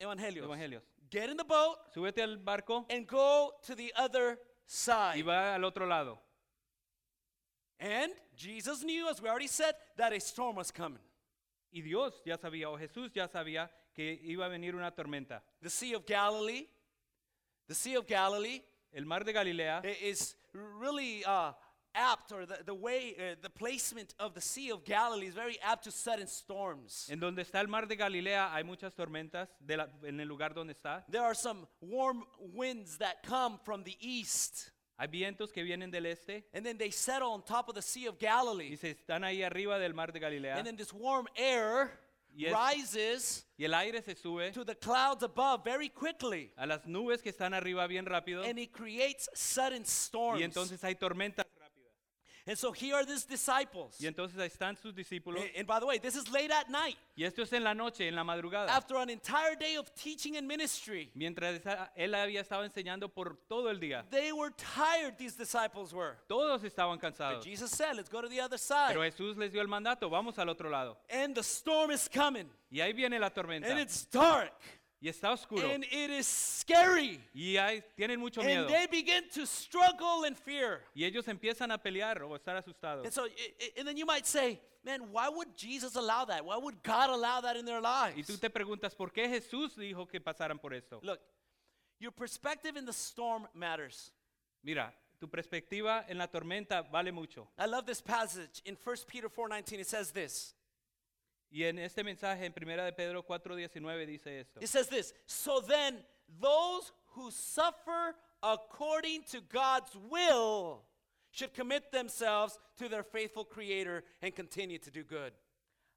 [SPEAKER 1] Evangelios.
[SPEAKER 2] evangelios.
[SPEAKER 1] Get in the boat
[SPEAKER 2] Súbete al barco
[SPEAKER 1] and go to the other
[SPEAKER 2] y
[SPEAKER 1] side.
[SPEAKER 2] va al otro lado.
[SPEAKER 1] And Jesus knew, as we already said, that a storm was coming.
[SPEAKER 2] Y Dios ya sabía, o Jesús ya sabía que iba a venir una tormenta.
[SPEAKER 1] The Sea of Galilee, the Sea of Galilee
[SPEAKER 2] el mar de Galilea,
[SPEAKER 1] i- is really uh, apt, or the, the way, uh, the placement of the Sea of Galilee is very apt to sudden storms.
[SPEAKER 2] en donde está el mar de Galilea hay muchas tormentas de la- en el lugar donde está.
[SPEAKER 1] There are some warm winds that come from the east,
[SPEAKER 2] Hay vientos que vienen del este
[SPEAKER 1] and then they settle on top of the Sea of
[SPEAKER 2] y
[SPEAKER 1] Galilee.
[SPEAKER 2] se están ahí arriba del mar de Galilea.
[SPEAKER 1] And then this warm air
[SPEAKER 2] Yes.
[SPEAKER 1] rises
[SPEAKER 2] Y el aire se sube
[SPEAKER 1] to the clouds above very quickly,
[SPEAKER 2] a las nubes que están arriba bien rápido
[SPEAKER 1] and it creates sudden storms.
[SPEAKER 2] y entonces hay tormentas rápidas.
[SPEAKER 1] and so here are these disciples.
[SPEAKER 2] Y entonces ahí están sus discípulos.
[SPEAKER 1] A- and by the way, this is late at night.
[SPEAKER 2] Y esto es en la noche, en la madrugada.
[SPEAKER 1] After an entire day of teaching and ministry,
[SPEAKER 2] Mientras esa- él había estado enseñando por todo el día.
[SPEAKER 1] they were tired, these disciples were.
[SPEAKER 2] Todos estaban
[SPEAKER 1] But
[SPEAKER 2] cansados.
[SPEAKER 1] Jesus said, Let's go to the other side.
[SPEAKER 2] Oh. Pero Jesús les dio el mandato, vamos al otro lado.
[SPEAKER 1] And the storm is coming,
[SPEAKER 2] Y ahí viene la tormenta.
[SPEAKER 1] and it's dark,
[SPEAKER 2] Y está oscuro.
[SPEAKER 1] and it is scary.
[SPEAKER 2] Y ahí tienen mucho miedo.
[SPEAKER 1] And they begin to struggle in fear.
[SPEAKER 2] Y ellos empiezan a pelear o a estar
[SPEAKER 1] And
[SPEAKER 2] asustados.
[SPEAKER 1] so, i- i- and then you might say, Man, why would Jesus allow that? Why would God allow that in their lives?
[SPEAKER 2] Y tú te preguntas, ¿por qué Jesús dijo que pasaran por esto?
[SPEAKER 1] Look, your perspective in the storm matters.
[SPEAKER 2] Mira, tu perspectiva en la tormenta vale mucho.
[SPEAKER 1] I love this passage in 1 Peter 4:19 it says this.
[SPEAKER 2] Y en este mensaje en 1 de Pedro 4:19 dice esto.
[SPEAKER 1] It says this. So then those who suffer according to God's will should commit themselves to their faithful creator and continue to do good.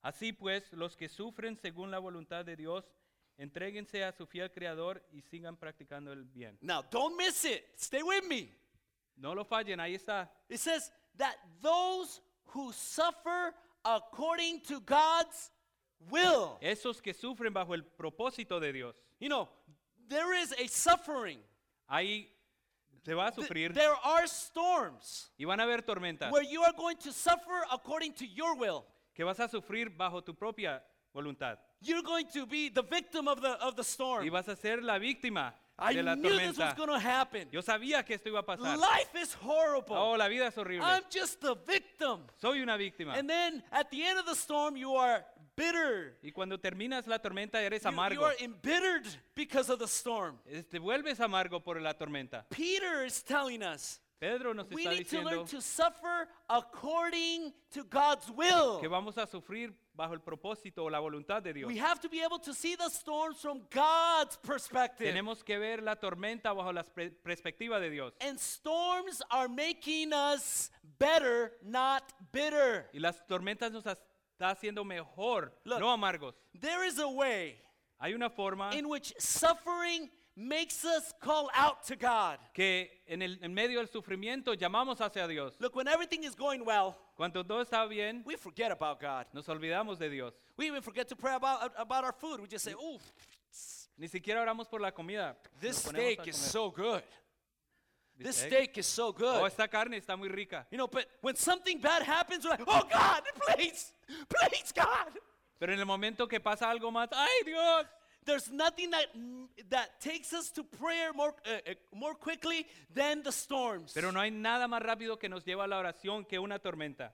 [SPEAKER 2] Así pues, los que sufren según la voluntad de Dios, entréguense a su fiel creador y sigan practicando el bien.
[SPEAKER 1] Now, don't miss it. Stay with me.
[SPEAKER 2] No lo fallen, ahí está.
[SPEAKER 1] It says that those who suffer according to God's will.
[SPEAKER 2] Esos que sufren bajo el propósito de Dios.
[SPEAKER 1] You know, there is a suffering
[SPEAKER 2] Ahí se va a
[SPEAKER 1] Th-
[SPEAKER 2] sufrir
[SPEAKER 1] There are storms
[SPEAKER 2] y van a haber tormentas
[SPEAKER 1] where you are going to suffer according to your will.
[SPEAKER 2] que vas a sufrir bajo tu propia voluntad
[SPEAKER 1] You're going to be the victim of the of the storm.
[SPEAKER 2] y vas a ser la víctima
[SPEAKER 1] I
[SPEAKER 2] de la
[SPEAKER 1] knew this was
[SPEAKER 2] tormenta.
[SPEAKER 1] going to happen.
[SPEAKER 2] Yo sabía que esto iba a pasar.
[SPEAKER 1] Life is horrible.
[SPEAKER 2] Oh, la vida es horrible.
[SPEAKER 1] I'm just the victim.
[SPEAKER 2] Soy una víctima.
[SPEAKER 1] And then at the end of the storm, you are bitter.
[SPEAKER 2] Y cuando terminas la tormenta eres
[SPEAKER 1] You, you
[SPEAKER 2] amargo.
[SPEAKER 1] are embittered because of the storm.
[SPEAKER 2] Es- Te vuelves amargo por la tormenta.
[SPEAKER 1] Peter is telling us
[SPEAKER 2] Pedro nos
[SPEAKER 1] we
[SPEAKER 2] está
[SPEAKER 1] need to learn
[SPEAKER 2] diciendo
[SPEAKER 1] to suffer according to God's will.
[SPEAKER 2] que vamos a sufrir bajo el propósito o la voluntad de Dios.
[SPEAKER 1] We have to be able to see the storms from God's perspective.
[SPEAKER 2] Tenemos que ver la tormenta bajo la pre- perspectiva de Dios.
[SPEAKER 1] And storms are making us better, not bitter.
[SPEAKER 2] Y las tormentas nos as- está haciendo mejor,
[SPEAKER 1] Look.
[SPEAKER 2] no amargos.
[SPEAKER 1] There is a way
[SPEAKER 2] Hay una forma
[SPEAKER 1] in which suffering makes us call out to God.
[SPEAKER 2] que en el en medio del sufrimiento llamamos hacia Dios.
[SPEAKER 1] Look, when everything is going well,
[SPEAKER 2] Cuando todo está bien,
[SPEAKER 1] we forget about God.
[SPEAKER 2] nos olvidamos de Dios.
[SPEAKER 1] We even forget to pray about, about our food. We just say, ooh,
[SPEAKER 2] Ni siquiera oramos por la comida. Nos
[SPEAKER 1] this
[SPEAKER 2] ponemos a
[SPEAKER 1] steak is
[SPEAKER 2] comer.
[SPEAKER 1] so good. This
[SPEAKER 2] Bistec.
[SPEAKER 1] steak is so
[SPEAKER 2] Oh,
[SPEAKER 1] good.
[SPEAKER 2] esta carne está muy rica.
[SPEAKER 1] You know, but when something bad happens, we're like, oh God, please, please, God.
[SPEAKER 2] Pero en el momento que pasa algo más, ¡ay Dios!
[SPEAKER 1] There's nothing that that takes us to prayer more uh, uh, more quickly than the storms.
[SPEAKER 2] Pero no hay nada más rápido que nos lleva a la oración que una tormenta.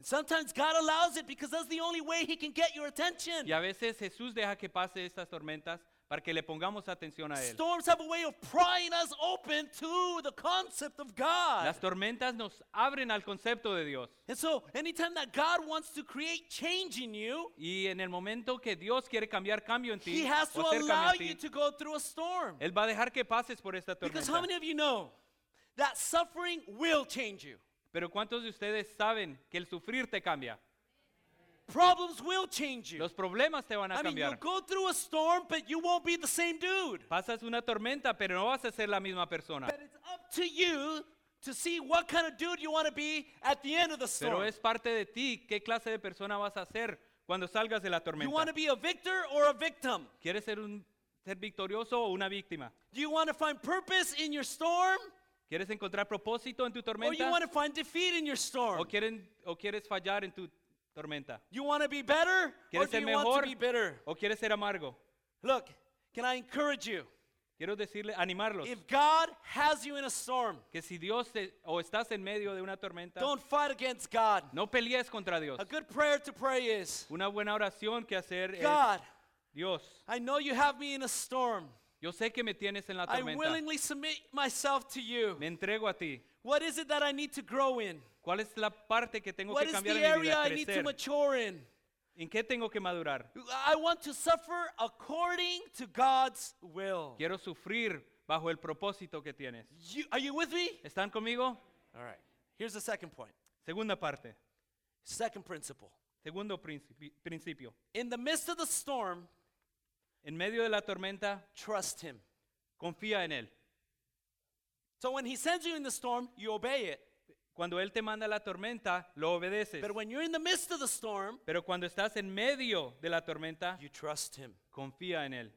[SPEAKER 1] Sometimes God allows it because that's the only way He can get your attention.
[SPEAKER 2] Y a veces Jesús deja que pase estas tormentas para que le pongamos atención a Él.
[SPEAKER 1] Storms have a way of prying us open to the concept of God.
[SPEAKER 2] Las tormentas nos abren al concepto de Dios.
[SPEAKER 1] and so, anytime that God wants to create change in you,
[SPEAKER 2] Y en el momento que Dios quiere cambiar cambio en
[SPEAKER 1] He
[SPEAKER 2] ti,
[SPEAKER 1] has to
[SPEAKER 2] o hacer
[SPEAKER 1] allow
[SPEAKER 2] cambio
[SPEAKER 1] you
[SPEAKER 2] en
[SPEAKER 1] to
[SPEAKER 2] ti
[SPEAKER 1] go through a storm.
[SPEAKER 2] Él va a dejar que pases por esta
[SPEAKER 1] Because how
[SPEAKER 2] tormenta.
[SPEAKER 1] many of you know that suffering will change you?
[SPEAKER 2] Pero ¿cuántos de ustedes saben que el sufrir te cambia?
[SPEAKER 1] Problems will change you.
[SPEAKER 2] Los problemas te van a
[SPEAKER 1] I mean, you'll
[SPEAKER 2] cambiar.
[SPEAKER 1] go through a storm, but you won't be the same dude.
[SPEAKER 2] Pasas una tormenta, pero no vas a ser la misma persona.
[SPEAKER 1] But it's up to you to see what kind of dude you want to be at the end of the
[SPEAKER 2] Pero
[SPEAKER 1] storm.
[SPEAKER 2] es parte de ti qué clase de persona vas a ser cuando salgas de la
[SPEAKER 1] You want
[SPEAKER 2] tormenta.
[SPEAKER 1] to be a victor or a victim?
[SPEAKER 2] ¿Quieres ser un ser victorioso o una víctima?
[SPEAKER 1] Do you want to find purpose in your storm
[SPEAKER 2] ¿Quieres encontrar propósito en tu
[SPEAKER 1] or you want
[SPEAKER 2] tormenta?
[SPEAKER 1] to find defeat in your
[SPEAKER 2] ¿O,
[SPEAKER 1] storm?
[SPEAKER 2] quieren- o quieres fallar en tu tormenta?
[SPEAKER 1] You want to be better or
[SPEAKER 2] ¿Quieres
[SPEAKER 1] do
[SPEAKER 2] ser
[SPEAKER 1] you want
[SPEAKER 2] mejor
[SPEAKER 1] to be bitter?
[SPEAKER 2] o quieres ser amargo?
[SPEAKER 1] Look, can I encourage you?
[SPEAKER 2] Quiero decirle, animarlos,
[SPEAKER 1] If God has you in a storm,
[SPEAKER 2] que si Dios te- o estás en medio de una tormenta,
[SPEAKER 1] don't fight against God.
[SPEAKER 2] no pelees contra Dios.
[SPEAKER 1] A good prayer to pray is
[SPEAKER 2] Una buena oración que hacer es,
[SPEAKER 1] God,
[SPEAKER 2] Dios,
[SPEAKER 1] I know you have me in a storm.
[SPEAKER 2] Yo sé que me tienes en la
[SPEAKER 1] I
[SPEAKER 2] tormenta.
[SPEAKER 1] willingly submit myself to you.
[SPEAKER 2] Me entrego a ti.
[SPEAKER 1] What is it that I need to grow in?
[SPEAKER 2] ¿Cuál es la parte que tengo
[SPEAKER 1] What
[SPEAKER 2] que
[SPEAKER 1] is the
[SPEAKER 2] cambiar en mi
[SPEAKER 1] area
[SPEAKER 2] vida?
[SPEAKER 1] I need to
[SPEAKER 2] Crecer.
[SPEAKER 1] mature in?
[SPEAKER 2] ¿En qué tengo que madurar?
[SPEAKER 1] I want to suffer according to God's will.
[SPEAKER 2] Quiero sufrir bajo el propósito que tienes.
[SPEAKER 1] You, are you with me?
[SPEAKER 2] ¿Están conmigo?
[SPEAKER 1] All right. Here's the second point.
[SPEAKER 2] Segunda parte.
[SPEAKER 1] Second principle.
[SPEAKER 2] Segundo principi- principio.
[SPEAKER 1] In the midst of the storm,
[SPEAKER 2] En medio de la tormenta,
[SPEAKER 1] trust Him.
[SPEAKER 2] confía en Él.
[SPEAKER 1] So when He sends you in the storm, you obey it.
[SPEAKER 2] Cuando Él te manda la tormenta, lo obedeces.
[SPEAKER 1] But when you're in the midst of the storm,
[SPEAKER 2] Pero cuando estás en medio de la tormenta,
[SPEAKER 1] you trust Him.
[SPEAKER 2] confía en Él.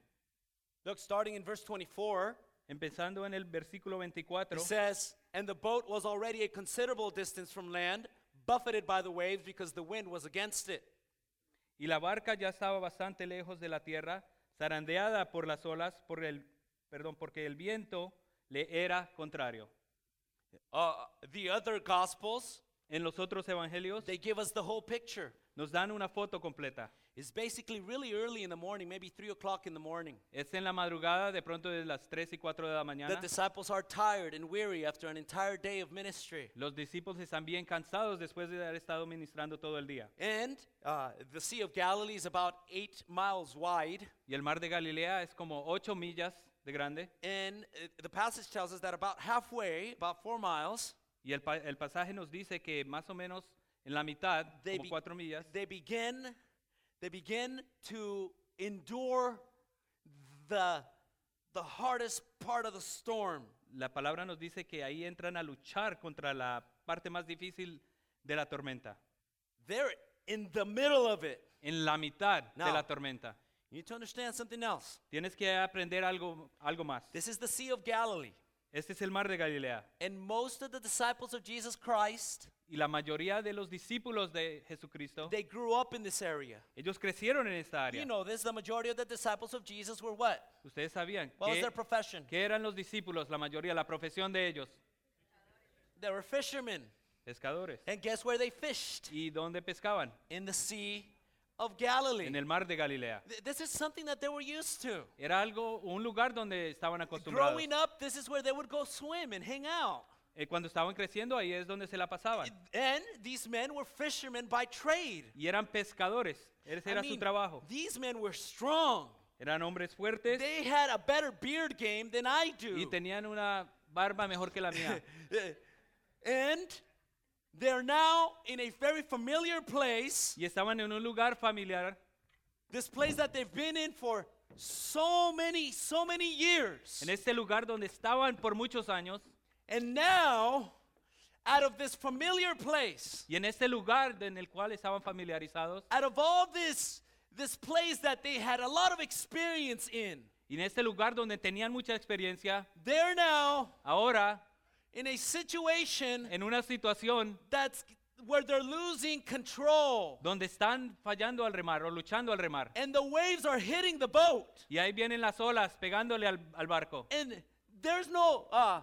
[SPEAKER 1] Look, starting in verse 24,
[SPEAKER 2] Empezando en el versículo 24,
[SPEAKER 1] it says, And the boat was already a considerable distance from land, buffeted by the waves because the wind was against it.
[SPEAKER 2] y la barca ya estaba bastante lejos de la tierra, zarandeada por las olas, por el, perdón, porque el viento le era contrario.
[SPEAKER 1] Uh, the other gospels,
[SPEAKER 2] En los otros evangelios
[SPEAKER 1] they give us the whole picture.
[SPEAKER 2] nos dan una foto completa.
[SPEAKER 1] It's basically really early in the morning, maybe 3 o'clock in the morning.
[SPEAKER 2] Es en la madrugada, de pronto de las 3 y 4 de la
[SPEAKER 1] The
[SPEAKER 2] mañana.
[SPEAKER 1] disciples are tired and weary after an entire day of ministry.
[SPEAKER 2] Los discípulos están bien cansados después de haber estado ministrando todo el día.
[SPEAKER 1] And uh, the Sea of Galilee is about eight miles wide.
[SPEAKER 2] Y el mar de Galilea es como 8 millas de grande.
[SPEAKER 1] And uh, the passage tells us that about halfway, about four miles,
[SPEAKER 2] Y el, pa- el pasaje nos dice que más o menos en la mitad,
[SPEAKER 1] they,
[SPEAKER 2] como
[SPEAKER 1] be-
[SPEAKER 2] 4 millas,
[SPEAKER 1] they begin they begin to endure the the hardest part of the storm.
[SPEAKER 2] la palabra nos dice que ahí entran a luchar contra la parte más difícil de la tormenta.
[SPEAKER 1] They're in the middle of it.
[SPEAKER 2] En la mitad de
[SPEAKER 1] Now.
[SPEAKER 2] la tormenta.
[SPEAKER 1] You need to understand something else.
[SPEAKER 2] Tienes que aprender algo, algo más.
[SPEAKER 1] This is the Sea of Galilee.
[SPEAKER 2] Este es el mar de Galilea.
[SPEAKER 1] And most of the disciples of Jesus Christ,
[SPEAKER 2] Y la mayoría de los discípulos de Jesucristo,
[SPEAKER 1] they grew up in this area.
[SPEAKER 2] ellos crecieron en esta área.
[SPEAKER 1] You know this, the majority of the disciples of Jesus were what?
[SPEAKER 2] Ustedes sabían
[SPEAKER 1] What was
[SPEAKER 2] que,
[SPEAKER 1] their profession?
[SPEAKER 2] que eran los discípulos, la mayoría, la profesión de ellos,
[SPEAKER 1] They were fishermen.
[SPEAKER 2] pescadores.
[SPEAKER 1] And guess where they fished?
[SPEAKER 2] ¿Y dónde pescaban?
[SPEAKER 1] In the Sea of Galilee.
[SPEAKER 2] En el mar de Galilea.
[SPEAKER 1] Th- This is something that they were used to.
[SPEAKER 2] Era algo, un lugar donde estaban acostumbrados.
[SPEAKER 1] Growing up, this is where they would go swim and hang out.
[SPEAKER 2] Eh, cuando estaban creciendo, ahí es donde se la pasaban.
[SPEAKER 1] And these men were fishermen by trade.
[SPEAKER 2] Y eran pescadores. Ese
[SPEAKER 1] I
[SPEAKER 2] era su
[SPEAKER 1] mean,
[SPEAKER 2] trabajo.
[SPEAKER 1] These men were strong.
[SPEAKER 2] Eran hombres fuertes
[SPEAKER 1] They had a better beard game than I
[SPEAKER 2] y
[SPEAKER 1] do.
[SPEAKER 2] tenían una barba mejor que
[SPEAKER 1] [LAUGHS]
[SPEAKER 2] la mía.
[SPEAKER 1] Eh, And they're now in a very familiar place.
[SPEAKER 2] Y estaban en un lugar familiar,
[SPEAKER 1] This place that they've been in for so many, so many years.
[SPEAKER 2] en este lugar donde estaban por muchos años.
[SPEAKER 1] And now, out of this familiar place,
[SPEAKER 2] Y en este lugar de- en el cual estaban familiarizados,
[SPEAKER 1] out of all this, this place that they had a lot of experience in,
[SPEAKER 2] y en este lugar donde tenían mucha experiencia,
[SPEAKER 1] they're now
[SPEAKER 2] ahora
[SPEAKER 1] in a situation
[SPEAKER 2] en una situación
[SPEAKER 1] that's where they're losing control.
[SPEAKER 2] donde están fallando al remar o luchando al remar.
[SPEAKER 1] And the waves are hitting the boat.
[SPEAKER 2] Y ahí vienen las olas pegándole al, al barco.
[SPEAKER 1] And there's no, uh,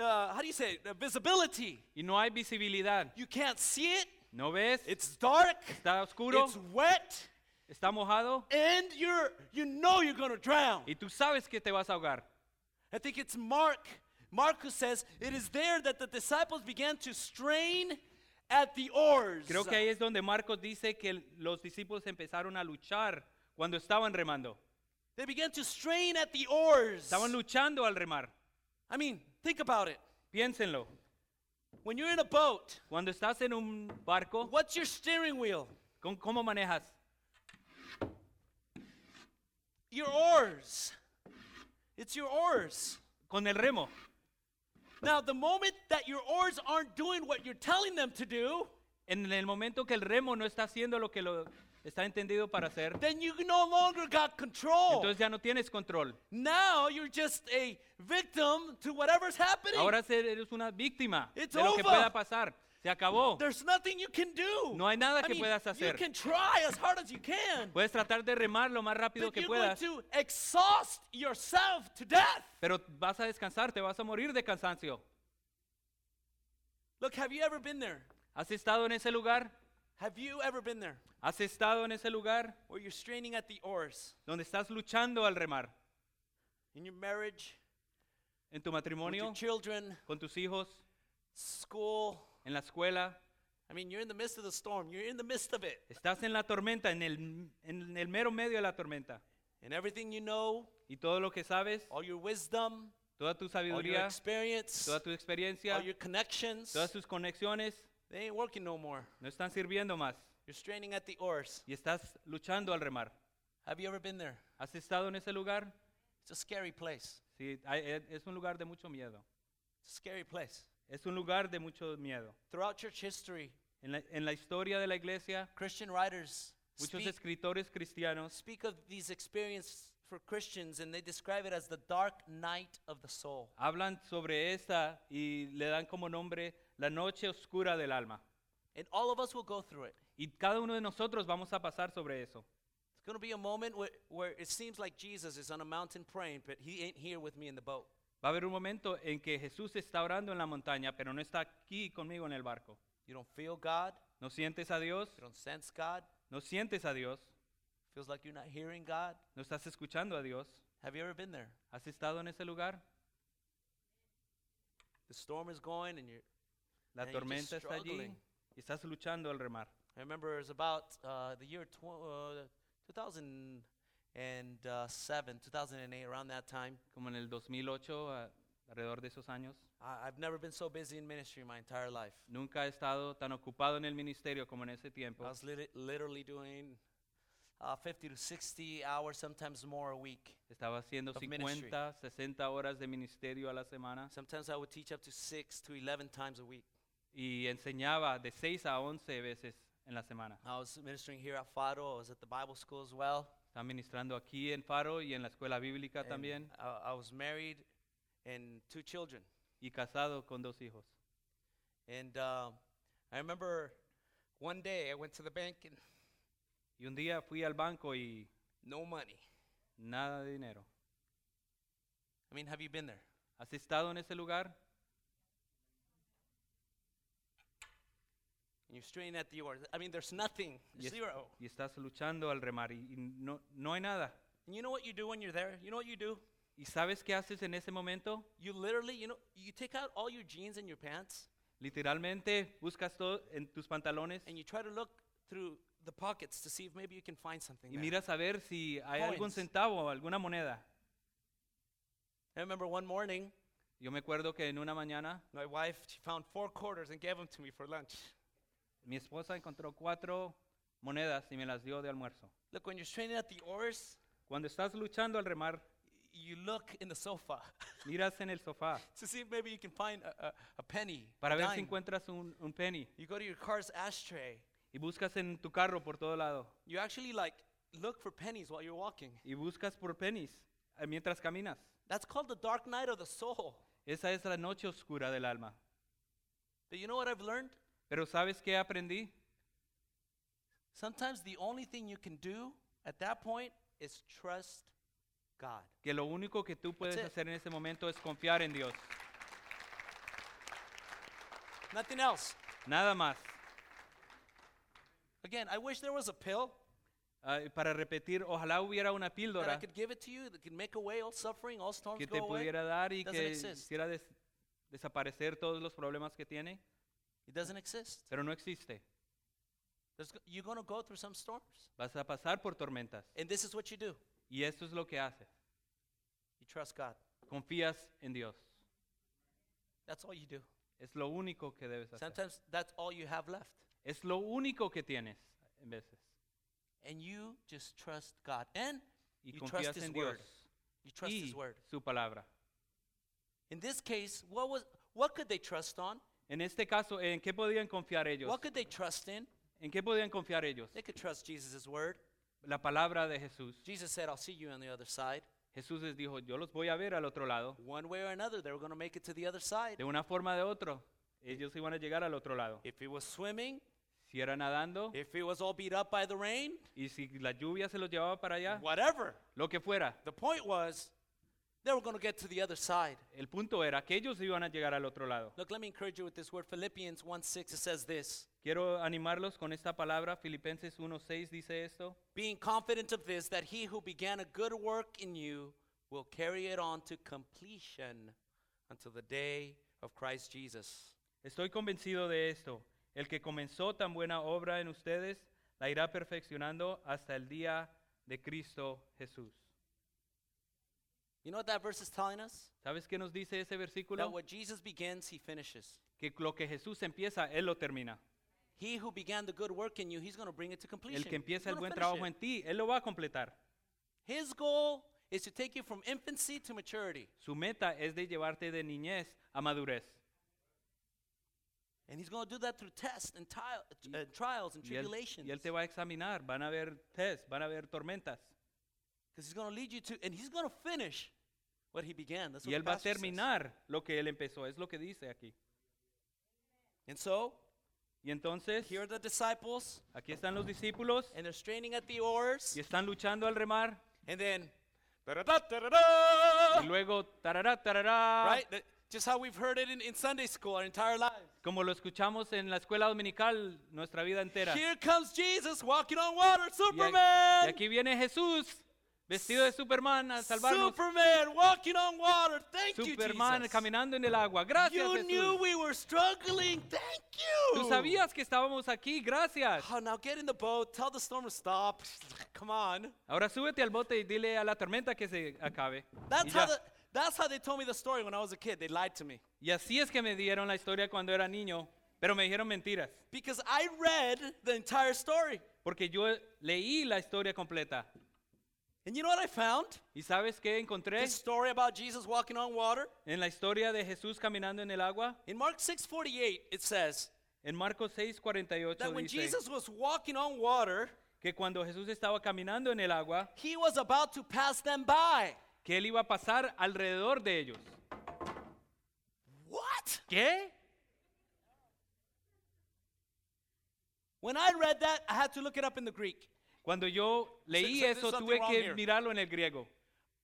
[SPEAKER 1] uh, how do you say, it? Uh, visibility.
[SPEAKER 2] Y no hay visibilidad.
[SPEAKER 1] You can't see it.
[SPEAKER 2] ¿No ves?
[SPEAKER 1] It's dark.
[SPEAKER 2] Está oscuro,
[SPEAKER 1] It's wet.
[SPEAKER 2] está mojado
[SPEAKER 1] and you're you know you're going to drown.
[SPEAKER 2] y tú sabes que te vas a ahogar.
[SPEAKER 1] I think it's Mark. Mark who says it is there that the disciples began to strain at the oars.
[SPEAKER 2] Creo que ahí es donde Marcos dice que el- los discípulos empezaron a luchar cuando estaban remando.
[SPEAKER 1] They began to strain at the oars.
[SPEAKER 2] Estaban luchando al remar.
[SPEAKER 1] I mean, think about it.
[SPEAKER 2] Piénsenlo.
[SPEAKER 1] When you're in a boat,
[SPEAKER 2] Cuando estás en un barco,
[SPEAKER 1] what's your steering wheel?
[SPEAKER 2] ¿con- ¿cómo manejas?
[SPEAKER 1] Your oars. It's your oars.
[SPEAKER 2] Con el remo.
[SPEAKER 1] Now, the moment that your oars aren't doing what you're telling them to do,
[SPEAKER 2] En el momento que el remo no está haciendo lo que lo está entendido para hacer,
[SPEAKER 1] then you no longer got control.
[SPEAKER 2] entonces ya no tienes control.
[SPEAKER 1] Now you're just a victim to whatever's happening.
[SPEAKER 2] Ahora ser- eres una víctima
[SPEAKER 1] It's
[SPEAKER 2] de lo que
[SPEAKER 1] over.
[SPEAKER 2] pueda pasar. Se acabó.
[SPEAKER 1] There's nothing you can do.
[SPEAKER 2] No hay nada
[SPEAKER 1] I
[SPEAKER 2] que
[SPEAKER 1] mean,
[SPEAKER 2] puedas
[SPEAKER 1] You
[SPEAKER 2] hacer.
[SPEAKER 1] can try as hard as you can,
[SPEAKER 2] Puedes tratar de remar lo más rápido
[SPEAKER 1] but
[SPEAKER 2] que
[SPEAKER 1] you're
[SPEAKER 2] puedas,
[SPEAKER 1] going to exhaust yourself to death.
[SPEAKER 2] pero vas a descansar, te vas a morir de cansancio.
[SPEAKER 1] Look, have you ever been there?
[SPEAKER 2] ¿Has estado en ese lugar?
[SPEAKER 1] Have you ever been there
[SPEAKER 2] ¿Has estado en ese lugar
[SPEAKER 1] where you're straining at the oars?
[SPEAKER 2] donde estás luchando al remar?
[SPEAKER 1] in your marriage,
[SPEAKER 2] en tu
[SPEAKER 1] with your
[SPEAKER 2] matrimonio,
[SPEAKER 1] children,
[SPEAKER 2] con tus hijos,
[SPEAKER 1] school.
[SPEAKER 2] en la escuela.
[SPEAKER 1] I mean, you're in the midst of the storm. You're in the midst of it.
[SPEAKER 2] Estás en la tormenta, en el, en el mero medio de la tormenta.
[SPEAKER 1] And everything you know,
[SPEAKER 2] Y todo lo que sabes,
[SPEAKER 1] all your wisdom,
[SPEAKER 2] toda tu
[SPEAKER 1] all your
[SPEAKER 2] sabiduría,
[SPEAKER 1] experience,
[SPEAKER 2] toda tu experiencia,
[SPEAKER 1] all your connections,
[SPEAKER 2] todas tus conexiones,
[SPEAKER 1] they ain't working no more.
[SPEAKER 2] no están sirviendo más.
[SPEAKER 1] You're straining at the oars.
[SPEAKER 2] Y estás luchando al remar.
[SPEAKER 1] Have you ever been there?
[SPEAKER 2] ¿Has estado en ese lugar?
[SPEAKER 1] It's a scary place.
[SPEAKER 2] Sí, hay- e- es un lugar de mucho miedo.
[SPEAKER 1] It's a scary place.
[SPEAKER 2] Es un lugar de mucho miedo.
[SPEAKER 1] Throughout church history,
[SPEAKER 2] En la, en la historia de la iglesia,
[SPEAKER 1] Christian writers
[SPEAKER 2] muchos
[SPEAKER 1] speak,
[SPEAKER 2] escritores cristianos
[SPEAKER 1] speak of these experiences for Christians and they describe it as the dark night of the soul.
[SPEAKER 2] hablan sobre esta y le dan como nombre la noche oscura del alma.
[SPEAKER 1] And all of us will go through it.
[SPEAKER 2] Y cada uno de nosotros vamos a pasar sobre eso.
[SPEAKER 1] It's going to be a moment where, where it seems like Jesus is on a mountain praying, but he ain't here with me in the boat.
[SPEAKER 2] Va a haber un momento en que Jesús está orando en la montaña, pero no está aquí conmigo en el barco.
[SPEAKER 1] You don't feel God,
[SPEAKER 2] No sientes a Dios,
[SPEAKER 1] you don't sense God,
[SPEAKER 2] no sientes a Dios,
[SPEAKER 1] feels like you're not hearing God.
[SPEAKER 2] no estás escuchando a Dios.
[SPEAKER 1] Have you ever been there?
[SPEAKER 2] ¿Has estado en ese lugar?
[SPEAKER 1] The storm is going and you're
[SPEAKER 2] La
[SPEAKER 1] Yeah, you're just
[SPEAKER 2] tormenta está allí
[SPEAKER 1] struggling.
[SPEAKER 2] y estás luchando al remar.
[SPEAKER 1] I remember it was about uh, the year tw- uh, 2007, 2008, around that time.
[SPEAKER 2] Como en el 2008, a- alrededor de esos años.
[SPEAKER 1] I- I've never been so busy in ministry my entire life.
[SPEAKER 2] Nunca he estado tan ocupado en el ministerio como en ese tiempo.
[SPEAKER 1] I was lit- literally doing uh, 50 to 60 hours, sometimes more a week.
[SPEAKER 2] Estaba haciendo
[SPEAKER 1] of ministry.
[SPEAKER 2] 50, 60 horas de ministerio a la semana
[SPEAKER 1] Sometimes I would teach up to six to 11 times a week.
[SPEAKER 2] y enseñaba de 6 a 11 veces en la semana.
[SPEAKER 1] I was ministering here at Faro. I was at the Bible school as well.
[SPEAKER 2] Estaba ministrando aquí en Faro y en la escuela bíblica
[SPEAKER 1] And uh,
[SPEAKER 2] también
[SPEAKER 1] I, I was married and two children.
[SPEAKER 2] y casado con dos hijos.
[SPEAKER 1] And um I remember one day I went to the bank and
[SPEAKER 2] Y un día fui al banco y
[SPEAKER 1] no money.
[SPEAKER 2] nada de dinero.
[SPEAKER 1] I mean, have you been there?
[SPEAKER 2] ¿Has estado en ese lugar?
[SPEAKER 1] And you're straining at the oars. I mean, there's nothing,
[SPEAKER 2] Y, es-
[SPEAKER 1] zero.
[SPEAKER 2] y estás luchando al remar y, y no, no hay nada.
[SPEAKER 1] And you know what you do when you're there? You know what you do?
[SPEAKER 2] ¿Y sabes qué haces en ese momento?
[SPEAKER 1] You literally, you know, you take out all your jeans and your pants
[SPEAKER 2] Literalmente buscas todo en tus pantalones
[SPEAKER 1] and you try to look through the pockets to see if maybe you can find something.
[SPEAKER 2] y
[SPEAKER 1] there.
[SPEAKER 2] miras a ver si hay algún
[SPEAKER 1] Coins.
[SPEAKER 2] centavo o alguna moneda.
[SPEAKER 1] I remember one morning,
[SPEAKER 2] Yo me acuerdo que en una mañana
[SPEAKER 1] my wife she found four quarters and gave them to me for lunch.
[SPEAKER 2] mi esposa encontró cuatro monedas y me las dio de almuerzo.
[SPEAKER 1] Look, when you're straining at the oars,
[SPEAKER 2] Cuando estás luchando al remar,
[SPEAKER 1] you look in the sofa [LAUGHS]
[SPEAKER 2] miras en el sofá
[SPEAKER 1] to see if maybe you can find a, a, a penny.
[SPEAKER 2] para
[SPEAKER 1] a
[SPEAKER 2] ver si
[SPEAKER 1] dime.
[SPEAKER 2] encuentras un, un penny
[SPEAKER 1] You go to your car's ashtray.
[SPEAKER 2] y buscas en tu carro por todo lado
[SPEAKER 1] You actually like look for pennies while you're walking.
[SPEAKER 2] y buscas por pennies eh, mientras caminas.
[SPEAKER 1] That's called the dark night of the soul.
[SPEAKER 2] Esa es la noche oscura del alma.
[SPEAKER 1] But you know what I've learned?
[SPEAKER 2] Pero ¿sabes qué aprendí?
[SPEAKER 1] Sometimes the only thing you can do at that point is trust God.
[SPEAKER 2] Que lo único que tú puedes
[SPEAKER 1] it.
[SPEAKER 2] hacer en ese momento es confiar en Dios.
[SPEAKER 1] Nothing else.
[SPEAKER 2] Nada más.
[SPEAKER 1] Again, I wish there was a pill
[SPEAKER 2] Ah, y para repetir, ojalá hubiera una
[SPEAKER 1] that I
[SPEAKER 2] píldora
[SPEAKER 1] could give it to you that could make away all suffering, all storms
[SPEAKER 2] que
[SPEAKER 1] go
[SPEAKER 2] te
[SPEAKER 1] away.
[SPEAKER 2] pudiera dar y
[SPEAKER 1] Doesn't
[SPEAKER 2] que
[SPEAKER 1] exist.
[SPEAKER 2] hiciera des- desaparecer todos los problemas que tiene,
[SPEAKER 1] It doesn't exist.
[SPEAKER 2] pero no existe.
[SPEAKER 1] There's, go- you're going to go through some storms.
[SPEAKER 2] Vas a pasar por tormentas.
[SPEAKER 1] And this is what you do you
[SPEAKER 2] Y esto es lo que haces.
[SPEAKER 1] trust God.
[SPEAKER 2] Confías en Dios.
[SPEAKER 1] That's all you do.
[SPEAKER 2] Es lo único que debes hacer.
[SPEAKER 1] Sometimes that's all you have left.
[SPEAKER 2] Es lo único que tienes en veces.
[SPEAKER 1] And you just trust God. And
[SPEAKER 2] Y
[SPEAKER 1] you trust
[SPEAKER 2] confías
[SPEAKER 1] His
[SPEAKER 2] en
[SPEAKER 1] Word.
[SPEAKER 2] Dios
[SPEAKER 1] You trust
[SPEAKER 2] y
[SPEAKER 1] His Word.
[SPEAKER 2] su palabra.
[SPEAKER 1] In this case, what, was, what could they trust on?
[SPEAKER 2] En este caso, ¿en qué podían confiar ellos?
[SPEAKER 1] What could they trust in?
[SPEAKER 2] ¿En qué podían confiar ellos?
[SPEAKER 1] They could trust Jesus' word.
[SPEAKER 2] La palabra de Jesús.
[SPEAKER 1] Jesus said, I'll see you on the other side.
[SPEAKER 2] Jesús les dijo, yo los voy a ver al otro lado.
[SPEAKER 1] One way or another, they were going to make it to the other side.
[SPEAKER 2] De una forma o de otra, ellos iban a llegar al otro lado.
[SPEAKER 1] If he was swimming,
[SPEAKER 2] Si era nadando
[SPEAKER 1] if he was all beat up by the rain,
[SPEAKER 2] y si la lluvia se los llevaba para allá,
[SPEAKER 1] whatever.
[SPEAKER 2] lo que fuera.
[SPEAKER 1] The point was, they were going to get to the other side.
[SPEAKER 2] El punto era que ellos iban a llegar al otro lado.
[SPEAKER 1] Look, let me encourage you with this word. Philippians 1 6, it says this
[SPEAKER 2] Quiero animarlos con esta palabra. Filipenses 1.6 dice esto.
[SPEAKER 1] Being confident of this, that he who began a good work in you will carry it on to completion until the day of Christ Jesus.
[SPEAKER 2] Estoy convencido de esto. El que comenzó tan buena obra en ustedes la irá perfeccionando hasta el día de Cristo Jesús.
[SPEAKER 1] You know what that verse is telling us?
[SPEAKER 2] ¿Sabes qué nos dice ese
[SPEAKER 1] That
[SPEAKER 2] versículo?
[SPEAKER 1] what Jesus begins, he finishes.
[SPEAKER 2] Que lo que Jesús empieza, Él lo termina.
[SPEAKER 1] He who began the good work in you, he's going to bring it to completion.
[SPEAKER 2] El que
[SPEAKER 1] He's
[SPEAKER 2] empieza el
[SPEAKER 1] gonna
[SPEAKER 2] buen
[SPEAKER 1] finish
[SPEAKER 2] trabajo
[SPEAKER 1] it.
[SPEAKER 2] en ti, Él lo va a completar.
[SPEAKER 1] His goal is to take you from infancy to maturity.
[SPEAKER 2] Su meta es de llevarte de niñez a madurez.
[SPEAKER 1] And he's going to do that through tests and ti- uh, trials and
[SPEAKER 2] Y él,
[SPEAKER 1] tribulations.
[SPEAKER 2] y él te va a examinar, van a haber test, van a haber tormentas.
[SPEAKER 1] Because he's going to lead you to, and he's going to finish what he began. That's what
[SPEAKER 2] Y
[SPEAKER 1] the
[SPEAKER 2] él va a
[SPEAKER 1] pastor says.
[SPEAKER 2] terminar lo que él empezó, es lo que dice aquí.
[SPEAKER 1] And so,
[SPEAKER 2] Y entonces,
[SPEAKER 1] here are the disciples,
[SPEAKER 2] aquí están los discípulos
[SPEAKER 1] and they're straining at the oars,
[SPEAKER 2] y están luchando al remar.
[SPEAKER 1] and then, da-da-da-da-da,
[SPEAKER 2] Y luego, tarará, tarará,
[SPEAKER 1] right? That- just how we've heard it in, in Sunday school our entire lives.
[SPEAKER 2] como lo escuchamos en la escuela dominical nuestra vida entera.
[SPEAKER 1] Here comes Jesus walking on water,
[SPEAKER 2] Y, a- y
[SPEAKER 1] Superman!
[SPEAKER 2] aquí viene Jesús, vestido de Superman, a salvarnos.
[SPEAKER 1] Superman walking on water. Thank
[SPEAKER 2] Superman
[SPEAKER 1] you, Jesus.
[SPEAKER 2] caminando en el agua. Gracias,
[SPEAKER 1] you knew
[SPEAKER 2] Jesús.
[SPEAKER 1] we were struggling. Thank you.
[SPEAKER 2] Tú sabías que estábamos aquí, gracias.
[SPEAKER 1] Oh, now get in the boat. Tell the storm to stop. [LAUGHS] Come on.
[SPEAKER 2] Ahora súbete al bote y dile a la tormenta que se acabe. Y,
[SPEAKER 1] That's
[SPEAKER 2] ya.
[SPEAKER 1] how, the, that's how they told me the story when I was a kid. They lied to me.
[SPEAKER 2] Y así es que me dieron la historia cuando era niño, pero me dijeron mentiras,
[SPEAKER 1] Because I read the entire story.
[SPEAKER 2] porque yo leí la historia completa.
[SPEAKER 1] And you know what I found?
[SPEAKER 2] ¿Y sabes qué encontré
[SPEAKER 1] This story about Jesus walking on water.
[SPEAKER 2] en la historia de Jesús caminando en el agua?
[SPEAKER 1] In Mark 6:48 it says
[SPEAKER 2] En Marcos 6:48
[SPEAKER 1] that when
[SPEAKER 2] dice
[SPEAKER 1] Jesus was walking on water,
[SPEAKER 2] que cuando Jesús estaba caminando en el agua,
[SPEAKER 1] he was about to pass them by.
[SPEAKER 2] que él iba a pasar alrededor de ellos.
[SPEAKER 1] What?
[SPEAKER 2] ¿Qué?
[SPEAKER 1] When I read that, I had to look it up in the Greek.
[SPEAKER 2] Cuando yo leí
[SPEAKER 1] so there's
[SPEAKER 2] eso,
[SPEAKER 1] something
[SPEAKER 2] tuve
[SPEAKER 1] wrong
[SPEAKER 2] que
[SPEAKER 1] here.
[SPEAKER 2] mirarlo en el griego.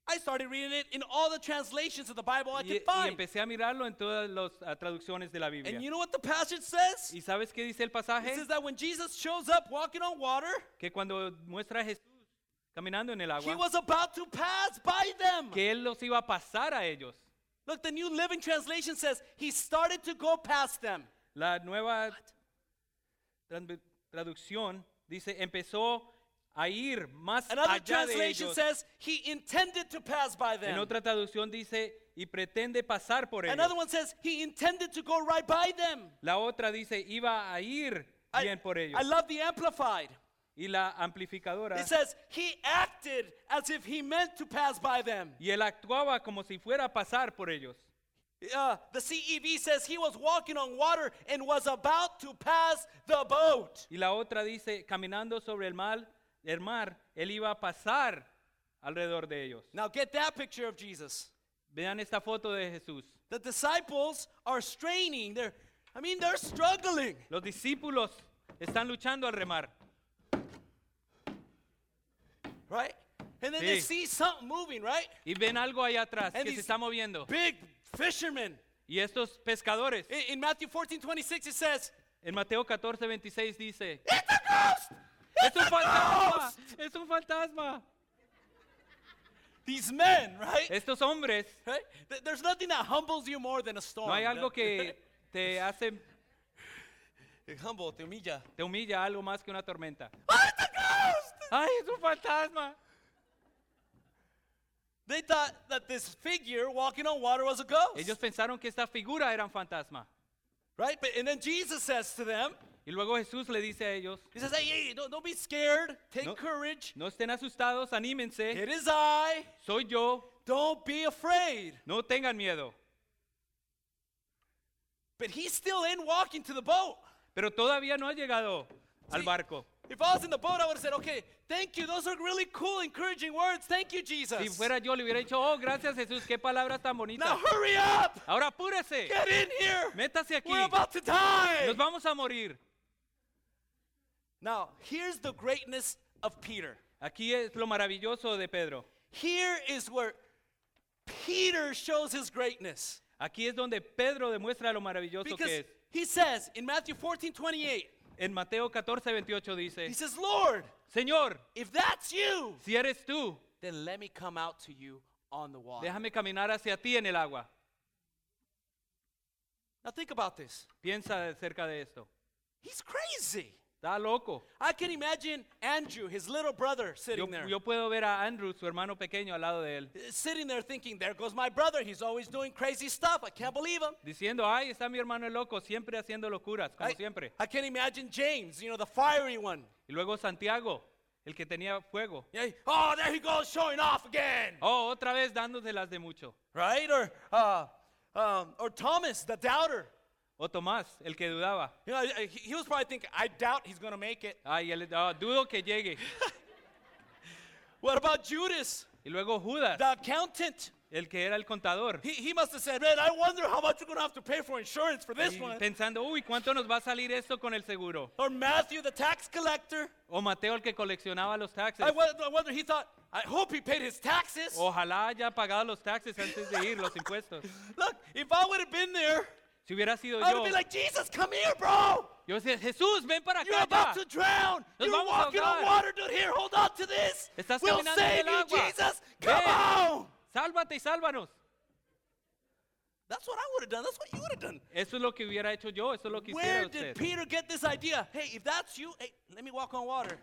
[SPEAKER 1] I started reading it in all the translations of the Bible I
[SPEAKER 2] Y,
[SPEAKER 1] could
[SPEAKER 2] y
[SPEAKER 1] find.
[SPEAKER 2] empecé a mirarlo en todas las ah, traducciones de la Biblia.
[SPEAKER 1] And you know what the passage says?
[SPEAKER 2] ¿Y sabes qué dice el
[SPEAKER 1] It
[SPEAKER 2] pasaje?
[SPEAKER 1] says that when Jesus shows up walking on water,
[SPEAKER 2] que cuando muestra a Jesús caminando en el
[SPEAKER 1] he
[SPEAKER 2] agua,
[SPEAKER 1] was about to pass by them.
[SPEAKER 2] que él los iba a pasar a ellos.
[SPEAKER 1] Look, the New Living Translation says he started to go past them.
[SPEAKER 2] La nueva tradu- traducción dice, empezó a ir más
[SPEAKER 1] Another
[SPEAKER 2] allá de
[SPEAKER 1] translation
[SPEAKER 2] ellos.
[SPEAKER 1] says he intended to pass by
[SPEAKER 2] En
[SPEAKER 1] them.
[SPEAKER 2] otra traducción dice, y pretende pasar por ellos.
[SPEAKER 1] Another one says he intended to go right by them.
[SPEAKER 2] La otra dice, iba a ir
[SPEAKER 1] I,
[SPEAKER 2] bien por ellos. Ah.
[SPEAKER 1] I love the amplified.
[SPEAKER 2] y la amplificadora,
[SPEAKER 1] It says he acted as if he meant to pass by them.
[SPEAKER 2] y él actuaba como si fuera a pasar por ellos.
[SPEAKER 1] Uh, the CEV says he was walking on water and was about to pass the boat.
[SPEAKER 2] Y la otra dice, caminando sobre el mar, el mar, él iba a pasar alrededor de ellos.
[SPEAKER 1] Now get that picture of Jesus.
[SPEAKER 2] Vean esta foto de Jesús.
[SPEAKER 1] The disciples are straining. They're, I mean, they're struggling.
[SPEAKER 2] Los discípulos están luchando al remar.
[SPEAKER 1] right? And then they
[SPEAKER 2] Sí.
[SPEAKER 1] see something moving, right?
[SPEAKER 2] Y ven algo ahí atrás
[SPEAKER 1] And
[SPEAKER 2] que se
[SPEAKER 1] these-
[SPEAKER 2] está moviendo.
[SPEAKER 1] Big fishermen.
[SPEAKER 2] Y estos pescadores,
[SPEAKER 1] In, in Matthew 14, 26, it says,
[SPEAKER 2] en Mateo 14, 26 dice... ¡Es un fantasma! ¡Es un fantasma!
[SPEAKER 1] these men, [LAUGHS] right?
[SPEAKER 2] Estos hombres,
[SPEAKER 1] right? Th- There's nothing that humbles you more than a storm.
[SPEAKER 2] no hay algo
[SPEAKER 1] no? [LAUGHS]
[SPEAKER 2] que te hace,
[SPEAKER 1] Te humble, te humilla.
[SPEAKER 2] te humilla algo más que una tormenta. ¡Ay, es un fantasma!
[SPEAKER 1] They thought that this figure walking on water was a ghost,
[SPEAKER 2] Ellos pensaron que esta figura era un fantasma.
[SPEAKER 1] right? But, and then Jesus says to them,
[SPEAKER 2] Y luego Jesús le dice a ellos,
[SPEAKER 1] He says, hey, hey, don't, don't be scared. Take
[SPEAKER 2] No.
[SPEAKER 1] courage.
[SPEAKER 2] no estén asustados, anímense,
[SPEAKER 1] It is I.
[SPEAKER 2] soy yo,
[SPEAKER 1] Don't be afraid.
[SPEAKER 2] no tengan miedo.
[SPEAKER 1] But he's still in walking to the boat.
[SPEAKER 2] Pero todavía no ha llegado al
[SPEAKER 1] Sí.
[SPEAKER 2] barco.
[SPEAKER 1] If I was in the boat, I would have said, okay, thank you. Those are really cool, encouraging words. Thank you, Jesus.
[SPEAKER 2] Si fuera yo, le hubiera dicho, oh, gracias Jesús, qué palabras tan
[SPEAKER 1] now
[SPEAKER 2] bonitas.
[SPEAKER 1] hurry up.
[SPEAKER 2] Ahora apúrese,
[SPEAKER 1] Get in here.
[SPEAKER 2] métase aquí,
[SPEAKER 1] We're about to die.
[SPEAKER 2] nos vamos a morir.
[SPEAKER 1] Now, here's the greatness of Peter.
[SPEAKER 2] Aquí es lo maravilloso de Pedro.
[SPEAKER 1] Here is where Peter shows his greatness.
[SPEAKER 2] Aquí es donde Pedro demuestra lo maravilloso
[SPEAKER 1] Because
[SPEAKER 2] que es.
[SPEAKER 1] he says in Matthew 14, 28,
[SPEAKER 2] En Mateo 14, 28 dice,
[SPEAKER 1] he says, Lord,
[SPEAKER 2] Señor,
[SPEAKER 1] if that's you,
[SPEAKER 2] si eres tú,
[SPEAKER 1] then let me come out to you on the water.
[SPEAKER 2] Déjame caminar hacia ti en el agua.
[SPEAKER 1] Now think about this.
[SPEAKER 2] Piensa acerca de esto.
[SPEAKER 1] He's crazy.
[SPEAKER 2] Está loco.
[SPEAKER 1] I can imagine Andrew, his little brother,
[SPEAKER 2] Yo,
[SPEAKER 1] sitting there.
[SPEAKER 2] yo puedo ver a Andrew, su hermano pequeño, al lado de él,
[SPEAKER 1] Sitting there thinking, there goes my brother. He's always doing crazy stuff. I can't believe him.
[SPEAKER 2] diciendo, ay, está mi hermano el loco, siempre haciendo locuras, como
[SPEAKER 1] I,
[SPEAKER 2] siempre.
[SPEAKER 1] I can imagine James, you know, the fiery one.
[SPEAKER 2] Y luego Santiago, el que tenía fuego.
[SPEAKER 1] Yeah, oh, there he goes, showing off again.
[SPEAKER 2] Oh, otra vez dándoselas de mucho.
[SPEAKER 1] Right? Or, uh, um, or Thomas, the doubter.
[SPEAKER 2] O Tomás, el que dudaba.
[SPEAKER 1] You know, I- I- he, he was probably thinking, I doubt he's going to make it.
[SPEAKER 2] Ay, él, ah, dudo que llegue.
[SPEAKER 1] What about Judas,
[SPEAKER 2] Y luego Judas,
[SPEAKER 1] the accountant?
[SPEAKER 2] el que era el contador.
[SPEAKER 1] He, he must have said, man, I wonder how much you're going to have to pay for insurance for this
[SPEAKER 2] Y
[SPEAKER 1] one.
[SPEAKER 2] pensando, uy, ¿cuánto nos va a salir esto con el seguro?
[SPEAKER 1] Or Matthew, the tax collector.
[SPEAKER 2] O Mateo, el que coleccionaba los taxes.
[SPEAKER 1] I wonder, I wonder, he thought, I hope he paid his taxes.
[SPEAKER 2] Ojalá haya pagado los taxes antes de ir, los impuestos.
[SPEAKER 1] Look, if I would have been there,
[SPEAKER 2] Si hubiera sido
[SPEAKER 1] I would
[SPEAKER 2] yo,
[SPEAKER 1] have been like, Jesus, come here, bro.
[SPEAKER 2] yo decía, Jesús, ven para
[SPEAKER 1] You're
[SPEAKER 2] acá. ya.
[SPEAKER 1] about to drown.
[SPEAKER 2] Nos
[SPEAKER 1] You're
[SPEAKER 2] vamos a
[SPEAKER 1] walking on
[SPEAKER 2] ahogar.
[SPEAKER 1] water, dude. Here, hold on to this.
[SPEAKER 2] Estás
[SPEAKER 1] we'll
[SPEAKER 2] caminando en
[SPEAKER 1] save
[SPEAKER 2] el
[SPEAKER 1] you,
[SPEAKER 2] agua.
[SPEAKER 1] Jesus.
[SPEAKER 2] Ven.
[SPEAKER 1] Come on.
[SPEAKER 2] Sálvate y sálvanos.
[SPEAKER 1] That's what I would have done. That's what you would have done.
[SPEAKER 2] Eso es lo que hubiera hecho yo, eso es lo que hiciera
[SPEAKER 1] Where did
[SPEAKER 2] usted.
[SPEAKER 1] Peter get this idea? Hey, if that's you, hey, let me walk on water.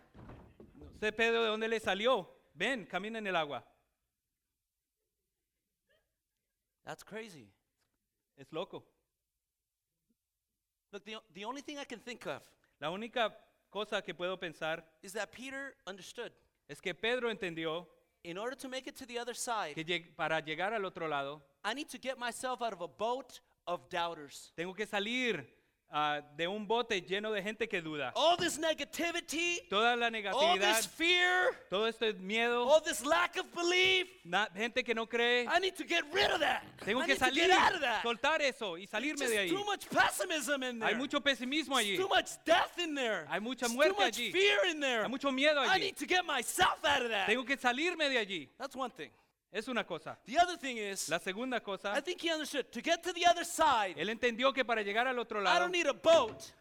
[SPEAKER 2] No sé, Pedro, de dónde le salió. Ven, camina en el agua.
[SPEAKER 1] That's crazy.
[SPEAKER 2] Es loco.
[SPEAKER 1] Look, the, the only thing I can think of
[SPEAKER 2] La única cosa que puedo pensar
[SPEAKER 1] is that Peter understood.
[SPEAKER 2] es que Pedro entendió
[SPEAKER 1] In order to make it to the other side,
[SPEAKER 2] que lleg- para llegar al otro lado
[SPEAKER 1] I need to get myself out of a boat of doubters.
[SPEAKER 2] tengo que salir ah, de un bote lleno de gente que duda.
[SPEAKER 1] All this negativity,
[SPEAKER 2] Toda la
[SPEAKER 1] all Oh, this Oh,
[SPEAKER 2] negatividad,
[SPEAKER 1] fear,
[SPEAKER 2] todo este miedo,
[SPEAKER 1] all this lack of belief,
[SPEAKER 2] na- gente que no cree.
[SPEAKER 1] I need to get rid of that.
[SPEAKER 2] Tengo
[SPEAKER 1] I
[SPEAKER 2] que
[SPEAKER 1] need to
[SPEAKER 2] salir,
[SPEAKER 1] get out of that.
[SPEAKER 2] soltar eso y
[SPEAKER 1] There's
[SPEAKER 2] salirme
[SPEAKER 1] just
[SPEAKER 2] de ahí.
[SPEAKER 1] too much pessimism in there.
[SPEAKER 2] Hay mucho pesimismo
[SPEAKER 1] There's
[SPEAKER 2] allí.
[SPEAKER 1] too much death in there.
[SPEAKER 2] Hay mucha
[SPEAKER 1] There's
[SPEAKER 2] muerte
[SPEAKER 1] too much
[SPEAKER 2] allí.
[SPEAKER 1] fear in there.
[SPEAKER 2] Hay mucho miedo
[SPEAKER 1] I
[SPEAKER 2] allí.
[SPEAKER 1] need to get myself out of that.
[SPEAKER 2] Tengo que salirme de allí.
[SPEAKER 1] That's one thing.
[SPEAKER 2] Es una cosa.
[SPEAKER 1] The other thing is,
[SPEAKER 2] La segunda
[SPEAKER 1] I
[SPEAKER 2] cosa,
[SPEAKER 1] think he understood to get to the other side.
[SPEAKER 2] él entendió que para llegar al otro
[SPEAKER 1] I
[SPEAKER 2] lado
[SPEAKER 1] don't need a boat.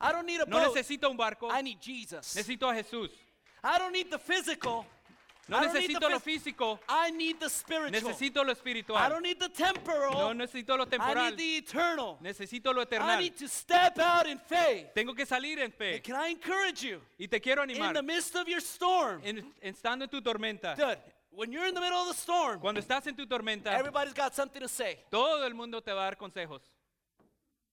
[SPEAKER 1] I don't need a
[SPEAKER 2] no
[SPEAKER 1] boat.
[SPEAKER 2] necesito un barco,
[SPEAKER 1] I need Jesus.
[SPEAKER 2] necesito a Jesús.
[SPEAKER 1] I don't need the physical.
[SPEAKER 2] No
[SPEAKER 1] I don't need the
[SPEAKER 2] necesito lo
[SPEAKER 1] phys-
[SPEAKER 2] físico,
[SPEAKER 1] I need the spiritual.
[SPEAKER 2] necesito lo
[SPEAKER 1] I don't
[SPEAKER 2] espiritual.
[SPEAKER 1] need the temporal.
[SPEAKER 2] No necesito lo
[SPEAKER 1] I
[SPEAKER 2] temporal,
[SPEAKER 1] need the eternal.
[SPEAKER 2] necesito
[SPEAKER 1] I
[SPEAKER 2] lo eternal.
[SPEAKER 1] need to step out in faith.
[SPEAKER 2] Tengo que salir en fe.
[SPEAKER 1] And can I encourage you?
[SPEAKER 2] Y te quiero
[SPEAKER 1] In
[SPEAKER 2] animar,
[SPEAKER 1] the midst of your storm,
[SPEAKER 2] en- estando en tu tormenta,
[SPEAKER 1] dude, when you're in the middle of the storm,
[SPEAKER 2] cuando estás en tu tormenta,
[SPEAKER 1] everybody's got something to say.
[SPEAKER 2] todo el mundo te va a dar consejos.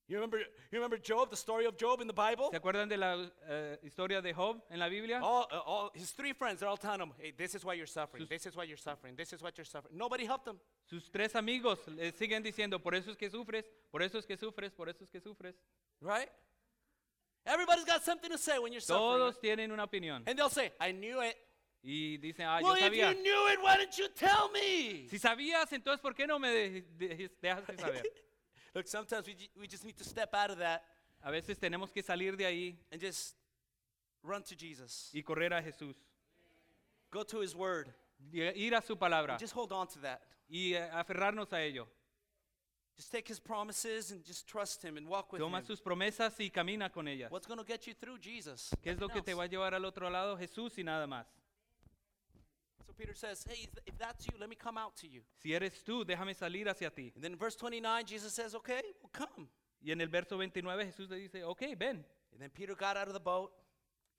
[SPEAKER 1] You remember, you remember Job, the story of Job in the Bible?
[SPEAKER 2] ¿Se acuerdan de la eh, historia de Job en la Biblia?
[SPEAKER 1] All, uh, all his three friends, they're all telling him, hey, this is why you're suffering, this is why you're suffering, this is what you're suffering. Nobody helped him.
[SPEAKER 2] Sus tres amigos le siguen diciendo, por eso es que sufres, por eso es que sufres, por eso es que sufres.
[SPEAKER 1] Right? Everybody's got something to say when you're suffering.
[SPEAKER 2] Todos tienen una opinión.
[SPEAKER 1] And they'll say, I knew it.
[SPEAKER 2] Y dicen, ah,
[SPEAKER 1] well,
[SPEAKER 2] yo
[SPEAKER 1] if
[SPEAKER 2] sabía.
[SPEAKER 1] you knew it, why didn't you tell me?
[SPEAKER 2] Si sabías, entonces ¿por qué no me de- de- dejaste saber?
[SPEAKER 1] [LAUGHS] Look, sometimes we, ju- we just need to step out of that
[SPEAKER 2] A veces tenemos que salir de ahí
[SPEAKER 1] and just run to Jesus.
[SPEAKER 2] y correr a Jesús.
[SPEAKER 1] Go to his word.
[SPEAKER 2] Y- Ir a su palabra
[SPEAKER 1] And just hold on to that.
[SPEAKER 2] y eh, aferrarnos a ello.
[SPEAKER 1] Just take his promises and just trust him and walk with
[SPEAKER 2] Toma
[SPEAKER 1] him.
[SPEAKER 2] sus promesas y camina con ellas.
[SPEAKER 1] What's going to get you through Jesus?
[SPEAKER 2] ¿Qué es lo que
[SPEAKER 1] Nothing
[SPEAKER 2] te va
[SPEAKER 1] else.
[SPEAKER 2] a llevar al otro lado? Jesús y nada más.
[SPEAKER 1] So Peter says, "Hey, if- if that's you, let me come out to you."
[SPEAKER 2] Si eres tú, déjame salir hacia ti.
[SPEAKER 1] And then in verse 29, Jesus says, "Okay, well come."
[SPEAKER 2] Y en el verso 29 Jesús le dice, ok, ven.
[SPEAKER 1] And then Peter got out of the boat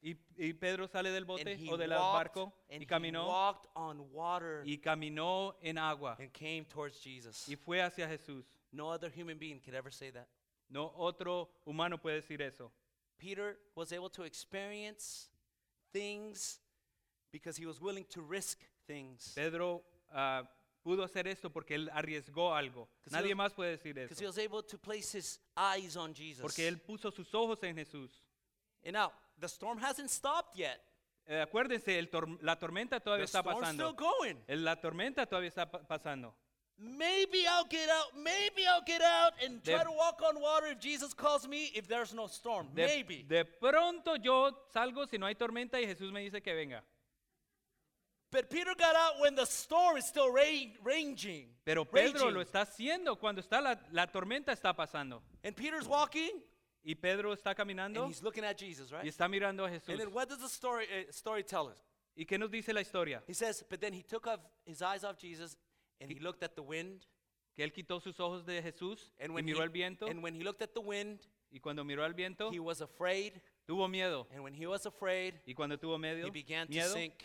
[SPEAKER 2] Y, y Pedro sale del bote
[SPEAKER 1] and he
[SPEAKER 2] o del
[SPEAKER 1] walked,
[SPEAKER 2] barco
[SPEAKER 1] and he
[SPEAKER 2] y caminó
[SPEAKER 1] walked on water
[SPEAKER 2] y caminó en agua
[SPEAKER 1] and came towards Jesus.
[SPEAKER 2] y fue hacia Jesús.
[SPEAKER 1] No other human being could ever say that.
[SPEAKER 2] No otro humano puede decir eso.
[SPEAKER 1] Peter was able to experience things because he was willing to risk things.
[SPEAKER 2] Pedro ah, pudo hacer esto porque él arriesgó algo.
[SPEAKER 1] Because he
[SPEAKER 2] Nadie
[SPEAKER 1] was-
[SPEAKER 2] más puede decir
[SPEAKER 1] Because he
[SPEAKER 2] eso.
[SPEAKER 1] was able to place his eyes on Jesus.
[SPEAKER 2] Porque él puso sus ojos en Jesús.
[SPEAKER 1] And now, the storm hasn't stopped yet.
[SPEAKER 2] Eh, acuérdense, el tor- la tormenta todavía
[SPEAKER 1] The
[SPEAKER 2] está
[SPEAKER 1] storm's still
[SPEAKER 2] pasando.
[SPEAKER 1] going.
[SPEAKER 2] El- La tormenta todavía está pa- pasando.
[SPEAKER 1] Maybe I'll get out. Maybe I'll get out and try
[SPEAKER 2] De-
[SPEAKER 1] to walk on water if Jesus calls me if there's no storm.
[SPEAKER 2] De,
[SPEAKER 1] Maybe.
[SPEAKER 2] de pronto yo salgo si no hay tormenta y Jesús me dice que venga.
[SPEAKER 1] but Peter got out when the storm is still ra- raging.
[SPEAKER 2] Pero Pedro
[SPEAKER 1] raging.
[SPEAKER 2] lo está haciendo cuando está la, la tormenta está pasando.
[SPEAKER 1] And Peter's walking
[SPEAKER 2] Y Pedro está
[SPEAKER 1] and
[SPEAKER 2] caminando
[SPEAKER 1] he's looking at Jesus, right?
[SPEAKER 2] y está mirando a Jesús.
[SPEAKER 1] And then what does the story uh, story tell us?
[SPEAKER 2] ¿Y qué nos dice la historia?
[SPEAKER 1] He says, but then he took off his eyes off Jesus and he looked at the wind.
[SPEAKER 2] que él quitó sus ojos de Jesús
[SPEAKER 1] And
[SPEAKER 2] y
[SPEAKER 1] when,
[SPEAKER 2] miró
[SPEAKER 1] he,
[SPEAKER 2] al viento,
[SPEAKER 1] and when he looked at the wind,
[SPEAKER 2] y cuando miró al viento,
[SPEAKER 1] he was afraid.
[SPEAKER 2] tuvo miedo,
[SPEAKER 1] And when he was afraid,
[SPEAKER 2] y cuando tuvo medio,
[SPEAKER 1] he began to
[SPEAKER 2] miedo,
[SPEAKER 1] sink.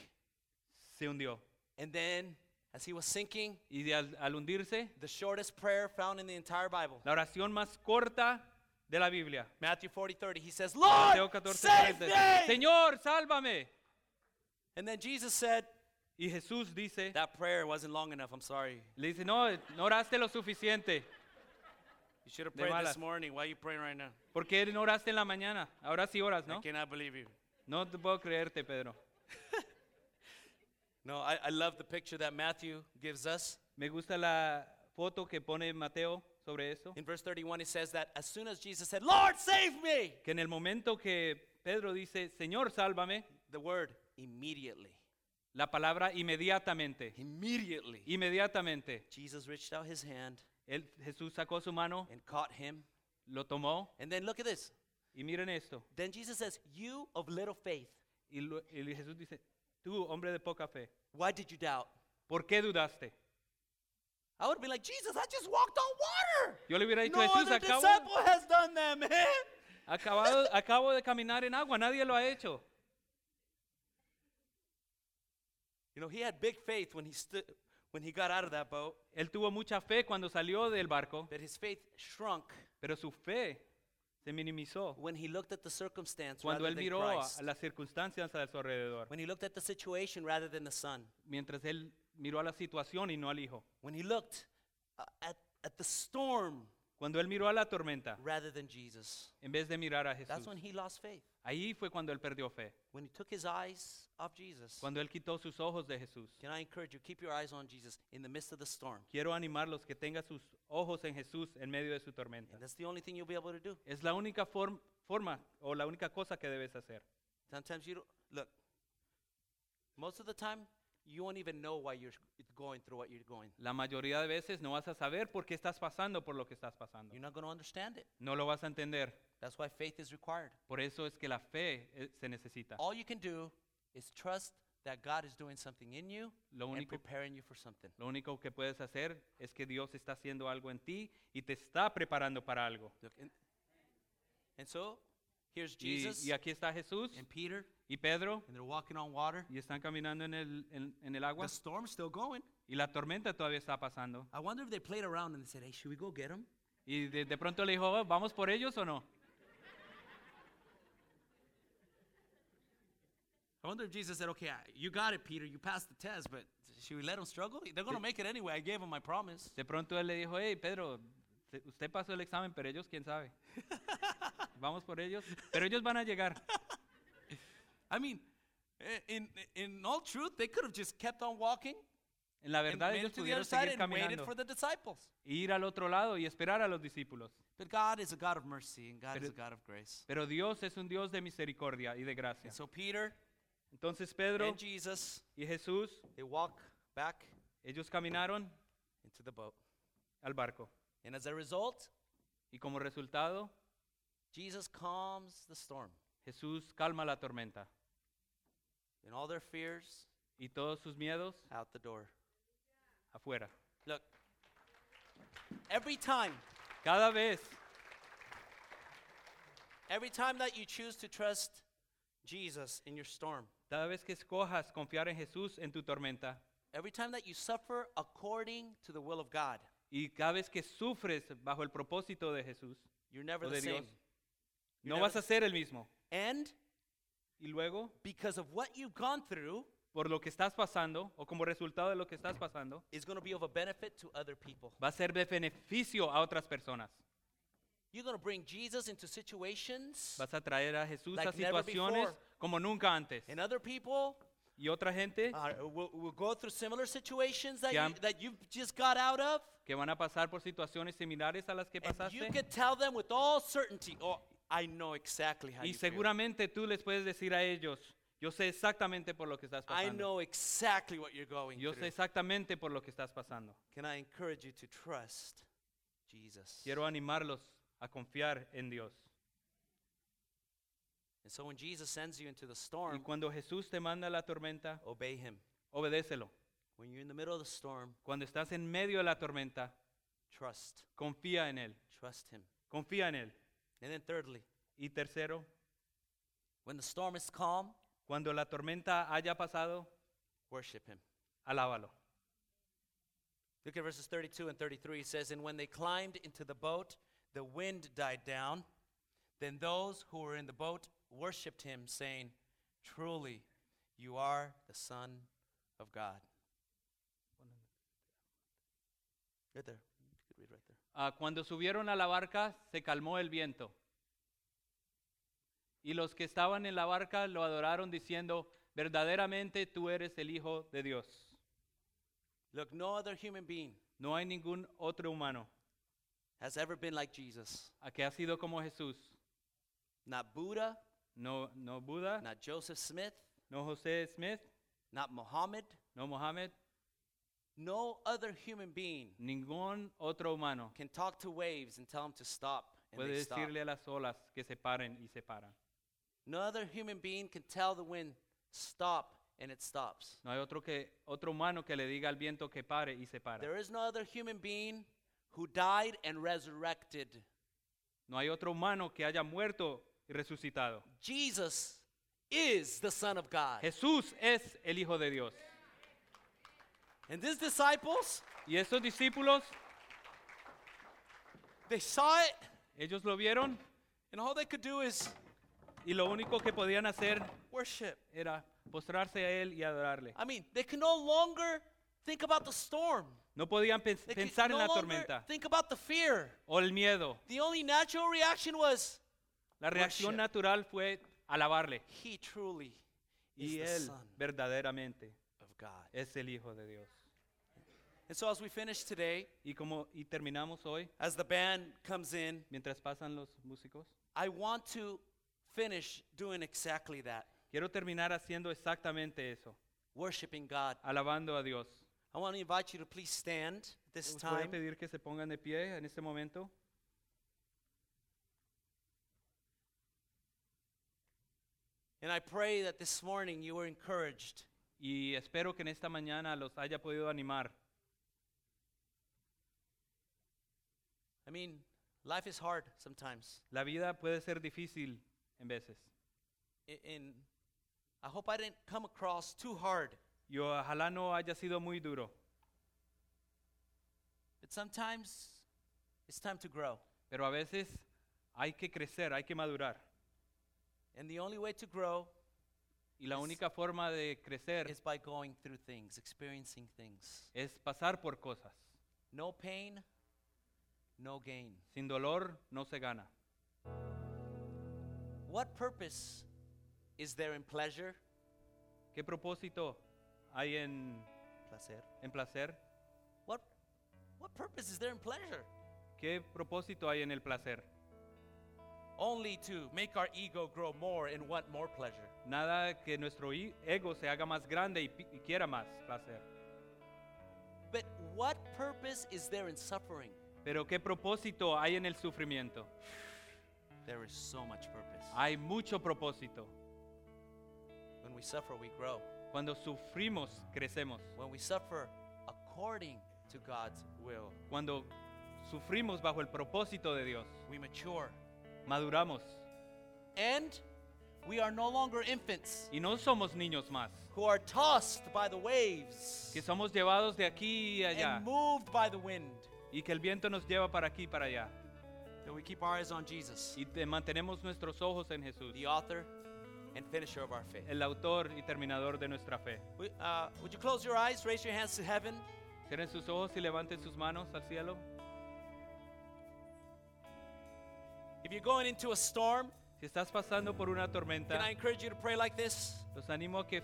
[SPEAKER 2] se hundió.
[SPEAKER 1] And then, as he was sinking,
[SPEAKER 2] Y de al, al hundirse,
[SPEAKER 1] the shortest prayer found in the entire Bible,
[SPEAKER 2] la oración más corta de la Biblia.
[SPEAKER 1] Matthew 40 30, he says,
[SPEAKER 2] Mateo
[SPEAKER 1] Lord,
[SPEAKER 2] 14,
[SPEAKER 1] save
[SPEAKER 2] 40.
[SPEAKER 1] me!
[SPEAKER 2] Señor, sálvame.
[SPEAKER 1] And then Jesus said,
[SPEAKER 2] Y Jesús dice,
[SPEAKER 1] That prayer wasn't long enough. I'm sorry.
[SPEAKER 2] le dice, no, no oraste lo suficiente.
[SPEAKER 1] You should have
[SPEAKER 2] De
[SPEAKER 1] prayed
[SPEAKER 2] malas.
[SPEAKER 1] this morning. Why are you praying right now?
[SPEAKER 2] ¿Por qué no oraste en la mañana? Ahora sí oras,
[SPEAKER 1] I
[SPEAKER 2] ¿no?
[SPEAKER 1] cannot believe you.
[SPEAKER 2] No te puedo creerte, Pedro.
[SPEAKER 1] No, I, I love the picture that Matthew gives us.
[SPEAKER 2] Me gusta la foto que pone Mateo sobre eso.
[SPEAKER 1] In verse 31, it says that as soon as Jesus said, Lord, save me,
[SPEAKER 2] Que en el momento que Pedro dice, Señor, sálvame,
[SPEAKER 1] the word immediately,
[SPEAKER 2] la palabra inmediatamente,
[SPEAKER 1] immediately,
[SPEAKER 2] inmediatamente,
[SPEAKER 1] Jesus reached out his hand
[SPEAKER 2] él, Jesús sacó su mano,
[SPEAKER 1] and caught him.
[SPEAKER 2] lo tomó
[SPEAKER 1] And then look at this.
[SPEAKER 2] y miren esto.
[SPEAKER 1] Then Jesus says, You of little faith,
[SPEAKER 2] Y, lo- y Jesús dice, tú, hombre de poca fe,
[SPEAKER 1] why did you doubt?
[SPEAKER 2] ¿por qué dudaste?
[SPEAKER 1] I would be like, Jesus, I just walked on water.
[SPEAKER 2] Yo le hubiera dicho,
[SPEAKER 1] No
[SPEAKER 2] Jesús,
[SPEAKER 1] other
[SPEAKER 2] acabo,
[SPEAKER 1] disciple has done that, man.
[SPEAKER 2] acabado- acabo de caminar en agua, nadie lo ha hecho.
[SPEAKER 1] You know, he had big faith when he stood when he got out of that boat,
[SPEAKER 2] Él tuvo mucha fe cuando salió del barco,
[SPEAKER 1] but his faith shrunk
[SPEAKER 2] pero su fe se minimizó
[SPEAKER 1] when he looked at the circumstance
[SPEAKER 2] cuando
[SPEAKER 1] rather
[SPEAKER 2] él
[SPEAKER 1] than
[SPEAKER 2] miró a,
[SPEAKER 1] Christ.
[SPEAKER 2] a las circunstancias a su alrededor,
[SPEAKER 1] when he looked at the situation rather than the son.
[SPEAKER 2] mientras él miró a la situación y no al hijo,
[SPEAKER 1] When he looked uh, at, at the storm
[SPEAKER 2] cuando él miró a la tormenta
[SPEAKER 1] rather than Jesus.
[SPEAKER 2] en vez de mirar a
[SPEAKER 1] That's
[SPEAKER 2] Jesús.
[SPEAKER 1] when he lost faith.
[SPEAKER 2] Ahí fue cuando él perdió fe,
[SPEAKER 1] When he took his eyes off Jesus.
[SPEAKER 2] cuando él quitó sus ojos de Jesús.
[SPEAKER 1] Can I encourage you? Keep your eyes on Jesus in the midst of the storm.
[SPEAKER 2] Quiero animarlos que tengan sus ojos en Jesús en medio de su tormenta.
[SPEAKER 1] And that's the only thing you'll be able to do.
[SPEAKER 2] Es la única form- forma o la única cosa que debes hacer.
[SPEAKER 1] Sometimes you don't look. Most of the time, you won't even know why you're going through what you're going.
[SPEAKER 2] La mayoría de veces no vas a saber por qué estás pasando por lo que estás pasando.
[SPEAKER 1] You're not going to understand it.
[SPEAKER 2] No lo vas a entender.
[SPEAKER 1] That's why faith is required.
[SPEAKER 2] Por eso es que la fe eh, se necesita.
[SPEAKER 1] All you can do is trust that God is doing something in you
[SPEAKER 2] Lo
[SPEAKER 1] and
[SPEAKER 2] único-
[SPEAKER 1] preparing you for something.
[SPEAKER 2] Lo único que puedes hacer es que Dios está haciendo algo en ti y te está preparando para algo.
[SPEAKER 1] Look, and, and so here's
[SPEAKER 2] Y,
[SPEAKER 1] Jesus
[SPEAKER 2] y aquí está Jesús
[SPEAKER 1] and Peter,
[SPEAKER 2] y Pedro
[SPEAKER 1] and they're walking on water.
[SPEAKER 2] y están caminando en el, en- en el
[SPEAKER 1] The
[SPEAKER 2] agua
[SPEAKER 1] storm's still going.
[SPEAKER 2] y la tormenta todavía está pasando.
[SPEAKER 1] I wonder if they played around and they said, "Hey, should we go get him?"
[SPEAKER 2] Y de, de pronto le dijo, "Oh, ¿vamos por ellos o no?
[SPEAKER 1] I wonder if Jesus said, "Okay, I- you got it, Peter. You passed the test, but should we let them struggle? They're gonna make it anyway. I gave them my promise."
[SPEAKER 2] De pronto él le dijo, hey Pedro, se- usted pasó el examen, pero ellos quién sabe. Vamos por ellos, pero ellos van a llegar.
[SPEAKER 1] I mean, i- in in all truth, they could have just kept on walking
[SPEAKER 2] En la
[SPEAKER 1] and
[SPEAKER 2] verdad
[SPEAKER 1] made
[SPEAKER 2] ellos
[SPEAKER 1] it to the other
[SPEAKER 2] pudieron
[SPEAKER 1] side
[SPEAKER 2] seguir
[SPEAKER 1] and waited
[SPEAKER 2] caminando
[SPEAKER 1] for the disciples.
[SPEAKER 2] e ir al otro lado y esperar a los discípulos.
[SPEAKER 1] But God is a God of mercy and God is
[SPEAKER 2] Pero-
[SPEAKER 1] a God of grace.
[SPEAKER 2] Pero Dios es un Dios de misericordia y de gracia.
[SPEAKER 1] And so Peter
[SPEAKER 2] Entonces Pedro
[SPEAKER 1] and Jesus,
[SPEAKER 2] y Jesús,
[SPEAKER 1] they walk back
[SPEAKER 2] ellos caminaron
[SPEAKER 1] into the boat.
[SPEAKER 2] al barco
[SPEAKER 1] And as a result,
[SPEAKER 2] y como resultado
[SPEAKER 1] Jesus calms the storm.
[SPEAKER 2] Jesús calma la tormenta
[SPEAKER 1] And all their fears
[SPEAKER 2] y todos sus miedos
[SPEAKER 1] out the door.
[SPEAKER 2] afuera.
[SPEAKER 1] Look, every time,
[SPEAKER 2] Cada vez,
[SPEAKER 1] every time that you choose to trust Jesus in your storm,
[SPEAKER 2] cada vez que escojas confiar en Jesús en tu tormenta,
[SPEAKER 1] every time that you suffer according to the will of God,
[SPEAKER 2] Y cada vez que sufres bajo el propósito de Jesús
[SPEAKER 1] you're
[SPEAKER 2] o
[SPEAKER 1] never the
[SPEAKER 2] de
[SPEAKER 1] same.
[SPEAKER 2] Dios, no
[SPEAKER 1] never
[SPEAKER 2] vas
[SPEAKER 1] the
[SPEAKER 2] a ser el mismo.
[SPEAKER 1] And
[SPEAKER 2] Y luego,
[SPEAKER 1] because of what you've gone through,
[SPEAKER 2] por lo que estás pasando o como resultado de lo que estás pasando,
[SPEAKER 1] is going to be of a benefit to other people.
[SPEAKER 2] va a ser de beneficio a otras personas.
[SPEAKER 1] You're going to bring Jesus into situations,
[SPEAKER 2] Vas a traer a Jesús
[SPEAKER 1] Like
[SPEAKER 2] a
[SPEAKER 1] never
[SPEAKER 2] situaciones
[SPEAKER 1] before.
[SPEAKER 2] como nunca antes.
[SPEAKER 1] and other people
[SPEAKER 2] Y otra gente
[SPEAKER 1] uh, will, will go through similar situations that,
[SPEAKER 2] Que
[SPEAKER 1] you,
[SPEAKER 2] han-
[SPEAKER 1] that you've just got out of.
[SPEAKER 2] que van a pasar por situaciones similares a las que
[SPEAKER 1] And you
[SPEAKER 2] pasaste.
[SPEAKER 1] could tell them with all certainty, oh, I know exactly how
[SPEAKER 2] Y
[SPEAKER 1] you feel.
[SPEAKER 2] seguramente tú les puedes decir a ellos, yo sé exactamente por lo que estás
[SPEAKER 1] I
[SPEAKER 2] pasando.
[SPEAKER 1] know exactly what you're going
[SPEAKER 2] Yo sé
[SPEAKER 1] through.
[SPEAKER 2] exactamente por lo que estás pasando.
[SPEAKER 1] Can I encourage you to trust Jesus?
[SPEAKER 2] Quiero animarlos a confiar en Dios.
[SPEAKER 1] And so when Jesus sends you into the
[SPEAKER 2] Y
[SPEAKER 1] storm,
[SPEAKER 2] cuando Jesús te manda la tormenta,
[SPEAKER 1] obey him.
[SPEAKER 2] obedécelo.
[SPEAKER 1] When you're in the middle of the storm,
[SPEAKER 2] Cuando estás en medio de la tormenta,
[SPEAKER 1] trust.
[SPEAKER 2] confía en Él.
[SPEAKER 1] Trust Him.
[SPEAKER 2] Confía en Él.
[SPEAKER 1] And then, thirdly,
[SPEAKER 2] Y tercero,
[SPEAKER 1] when the storm is calm,
[SPEAKER 2] cuando la tormenta haya pasado,
[SPEAKER 1] worship Him.
[SPEAKER 2] alábalo.
[SPEAKER 1] Look at verses 32 and 33. It says, And when they climbed into the boat, the wind died down. Then those who were in the boat worshiped him, saying, Truly, you are the Son of God. Right there. You could read right there.
[SPEAKER 2] Ah, cuando subieron a la barca, se calmó el viento. Y los que estaban en la barca lo adoraron diciendo, verdaderamente tú eres el Hijo de Dios.
[SPEAKER 1] Look, no other human being
[SPEAKER 2] No hay ningún otro humano
[SPEAKER 1] has ever been like Jesus.
[SPEAKER 2] a que ha sido como Jesús.
[SPEAKER 1] Not Buddha,
[SPEAKER 2] No, no Buda,
[SPEAKER 1] not Joseph Smith,
[SPEAKER 2] no José Smith,
[SPEAKER 1] not Muhammad.
[SPEAKER 2] no Mohammed,
[SPEAKER 1] No other human being
[SPEAKER 2] ningún otro humano
[SPEAKER 1] can talk to waves and tell them to stop. And
[SPEAKER 2] puede
[SPEAKER 1] they stop.
[SPEAKER 2] decirle a las olas que se paren y se paran.
[SPEAKER 1] No other human being can tell the wind, stop, and it stops.
[SPEAKER 2] No hay otro, que, otro humano que le diga al viento que pare y se para.
[SPEAKER 1] There is no other human being who died and resurrected.
[SPEAKER 2] No hay otro humano que haya muerto y resucitado.
[SPEAKER 1] Jesus is the Son of God.
[SPEAKER 2] Jesús es el Hijo de Dios.
[SPEAKER 1] And these disciples,
[SPEAKER 2] Y estos discípulos,
[SPEAKER 1] they saw it,
[SPEAKER 2] ellos lo vieron
[SPEAKER 1] and all they could do is
[SPEAKER 2] y lo único que podían hacer
[SPEAKER 1] worship.
[SPEAKER 2] era postrarse a Él y adorarle.
[SPEAKER 1] I mean, they can no longer think about the storm,
[SPEAKER 2] No podían pens-
[SPEAKER 1] they could
[SPEAKER 2] pensar
[SPEAKER 1] no
[SPEAKER 2] en la
[SPEAKER 1] longer
[SPEAKER 2] tormenta
[SPEAKER 1] think about the fear.
[SPEAKER 2] o el miedo.
[SPEAKER 1] The only natural reaction was,
[SPEAKER 2] La reacción
[SPEAKER 1] Worship.
[SPEAKER 2] natural fue alabarle.
[SPEAKER 1] He truly is
[SPEAKER 2] Y
[SPEAKER 1] the
[SPEAKER 2] Él
[SPEAKER 1] Son
[SPEAKER 2] verdaderamente
[SPEAKER 1] of God.
[SPEAKER 2] es el Hijo de Dios.
[SPEAKER 1] And so, as we finish today,
[SPEAKER 2] Y como y terminamos hoy,
[SPEAKER 1] as the band comes in,
[SPEAKER 2] mientras pasan los músicos,
[SPEAKER 1] I want to finish doing exactly that,
[SPEAKER 2] quiero terminar haciendo exactamente eso,
[SPEAKER 1] worshiping God.
[SPEAKER 2] alabando a Dios.
[SPEAKER 1] I want to invite you to please stand at this
[SPEAKER 2] Les voy a
[SPEAKER 1] time.
[SPEAKER 2] pedir que se pongan de pie en este momento.
[SPEAKER 1] And I pray that this morning you were encouraged.
[SPEAKER 2] Y espero que en esta mañana los haya podido animar.
[SPEAKER 1] I mean, life is hard sometimes.
[SPEAKER 2] La vida puede ser difícil en veces.
[SPEAKER 1] A- And I hope I didn't come across too hard.
[SPEAKER 2] Y ojalá no haya sido muy duro,
[SPEAKER 1] But sometimes it's time to grow.
[SPEAKER 2] pero a veces hay que crecer, hay que madurar.
[SPEAKER 1] And the only way to grow
[SPEAKER 2] Y la
[SPEAKER 1] Es-
[SPEAKER 2] única forma de crecer
[SPEAKER 1] is by going through things, experiencing things.
[SPEAKER 2] es pasar por cosas.
[SPEAKER 1] No pain, no gain.
[SPEAKER 2] Sin dolor no se gana.
[SPEAKER 1] What purpose is there in pleasure?
[SPEAKER 2] ¿Qué propósito hay en,
[SPEAKER 1] Placer.
[SPEAKER 2] en placer?
[SPEAKER 1] What what purpose is there in pleasure?
[SPEAKER 2] ¿Qué propósito hay en el placer?
[SPEAKER 1] Only to make our ego grow more and want more pleasure.
[SPEAKER 2] Nada que nuestro i- ego se haga más grande y, pi- y quiera más placer.
[SPEAKER 1] But what purpose is there in suffering?
[SPEAKER 2] Pero ¿qué propósito hay en el sufrimiento?
[SPEAKER 1] There is so much purpose.
[SPEAKER 2] Hay mucho propósito.
[SPEAKER 1] when we suffer, we grow.
[SPEAKER 2] Cuando sufrimos, crecemos.
[SPEAKER 1] When we suffer according to God's will,
[SPEAKER 2] Cuando sufrimos bajo el propósito de Dios,
[SPEAKER 1] we mature.
[SPEAKER 2] maduramos
[SPEAKER 1] And we are no longer infants
[SPEAKER 2] y no somos niños más,
[SPEAKER 1] who are tossed by the waves
[SPEAKER 2] que somos llevados de aquí y allá
[SPEAKER 1] and moved by the wind.
[SPEAKER 2] y que el viento nos lleva para aquí y para allá.
[SPEAKER 1] That we keep our eyes on Jesus,
[SPEAKER 2] Y te- mantenemos nuestros ojos en Jesús,
[SPEAKER 1] the author and finisher of our faith.
[SPEAKER 2] el autor y terminador de nuestra fe.
[SPEAKER 1] We- uh, would you close your eyes, raise your hands to heaven?
[SPEAKER 2] Cierren sus ojos y levanten sus manos al cielo.
[SPEAKER 1] If you're going into a storm,
[SPEAKER 2] Si estás pasando por una
[SPEAKER 1] can I
[SPEAKER 2] tormenta,
[SPEAKER 1] encourage you to pray like this?
[SPEAKER 2] los animo a que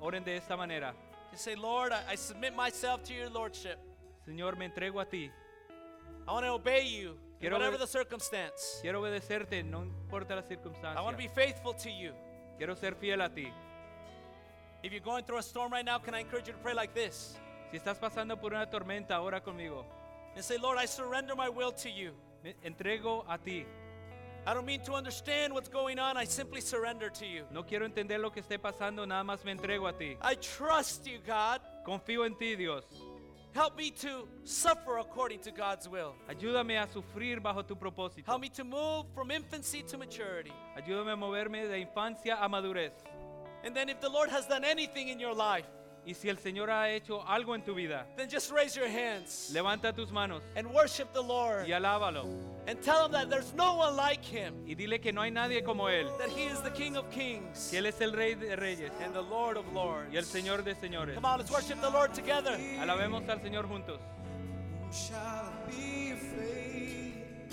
[SPEAKER 2] oren de esta manera.
[SPEAKER 1] Just say, Lord, I, I submit myself to your lordship.
[SPEAKER 2] Señor, me entrego a ti.
[SPEAKER 1] I want to obey you, in
[SPEAKER 2] Quiero
[SPEAKER 1] whatever
[SPEAKER 2] obede-
[SPEAKER 1] the circumstance.
[SPEAKER 2] Quiero obedecerte, no importa la
[SPEAKER 1] I want to
[SPEAKER 2] circunstancia.
[SPEAKER 1] be faithful to you.
[SPEAKER 2] Quiero ser fiel a ti.
[SPEAKER 1] If you're going through a storm right now, can I encourage you to pray like this?
[SPEAKER 2] Si estás pasando por una tormenta, ora conmigo.
[SPEAKER 1] And say, Lord, I surrender my will to you.
[SPEAKER 2] Me entrego a ti.
[SPEAKER 1] I don't mean to understand what's going on, I simply surrender to you.
[SPEAKER 2] No quiero entender lo que esté pasando, nada más me entrego a ti.
[SPEAKER 1] I trust you, God.
[SPEAKER 2] Confío en ti, Dios.
[SPEAKER 1] Help me to suffer according to God's will.
[SPEAKER 2] Ayúdame a sufrir bajo tu propósito.
[SPEAKER 1] Help me to move from infancy to maturity.
[SPEAKER 2] Ayúdame a moverme de infancia a madurez.
[SPEAKER 1] And then, if the Lord has done anything in your life,
[SPEAKER 2] Y si el Señor ha hecho algo en tu vida,
[SPEAKER 1] then just raise your hands
[SPEAKER 2] levanta tus manos
[SPEAKER 1] and worship the Lord
[SPEAKER 2] y alábalo.
[SPEAKER 1] and tell Him that there's no one like Him,
[SPEAKER 2] Y dile que no hay nadie como Él,
[SPEAKER 1] that He is the King of Kings
[SPEAKER 2] que Él es el Rey de Reyes ¿eh?
[SPEAKER 1] and the Lord of Lords.
[SPEAKER 2] y el Señor de Señores.
[SPEAKER 1] Come on, let's worship the Lord together.
[SPEAKER 2] Alabemos al Señor juntos.
[SPEAKER 3] Who shall be afraid?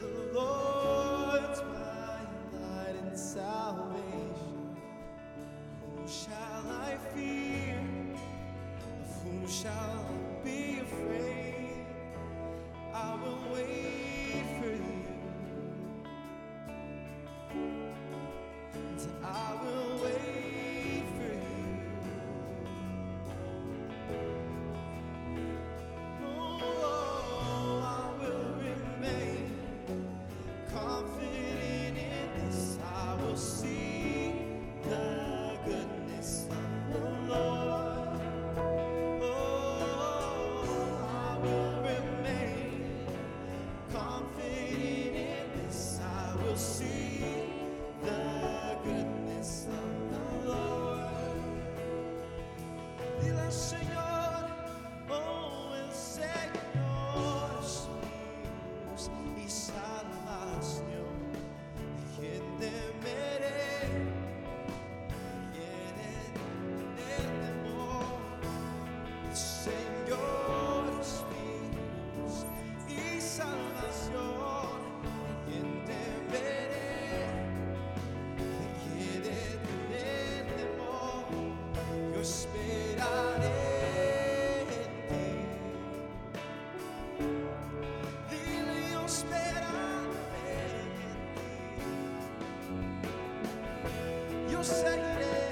[SPEAKER 3] The Lord's my light and salvation. Whom shall I fear? Of whom shall I be afraid? I will wait for you. And I will wait for you. See the goodness of the Lord. Dile al Señor, oh el Señor es Dios y salvación. ¿De quién temeré? ¿Quién el temor? El Señor es Dios y salvación. ¿De quién temeré? ¿Quién tener temor? Yo esperaré en ti. Dile, yo esperaré en ti. Yo seguiré,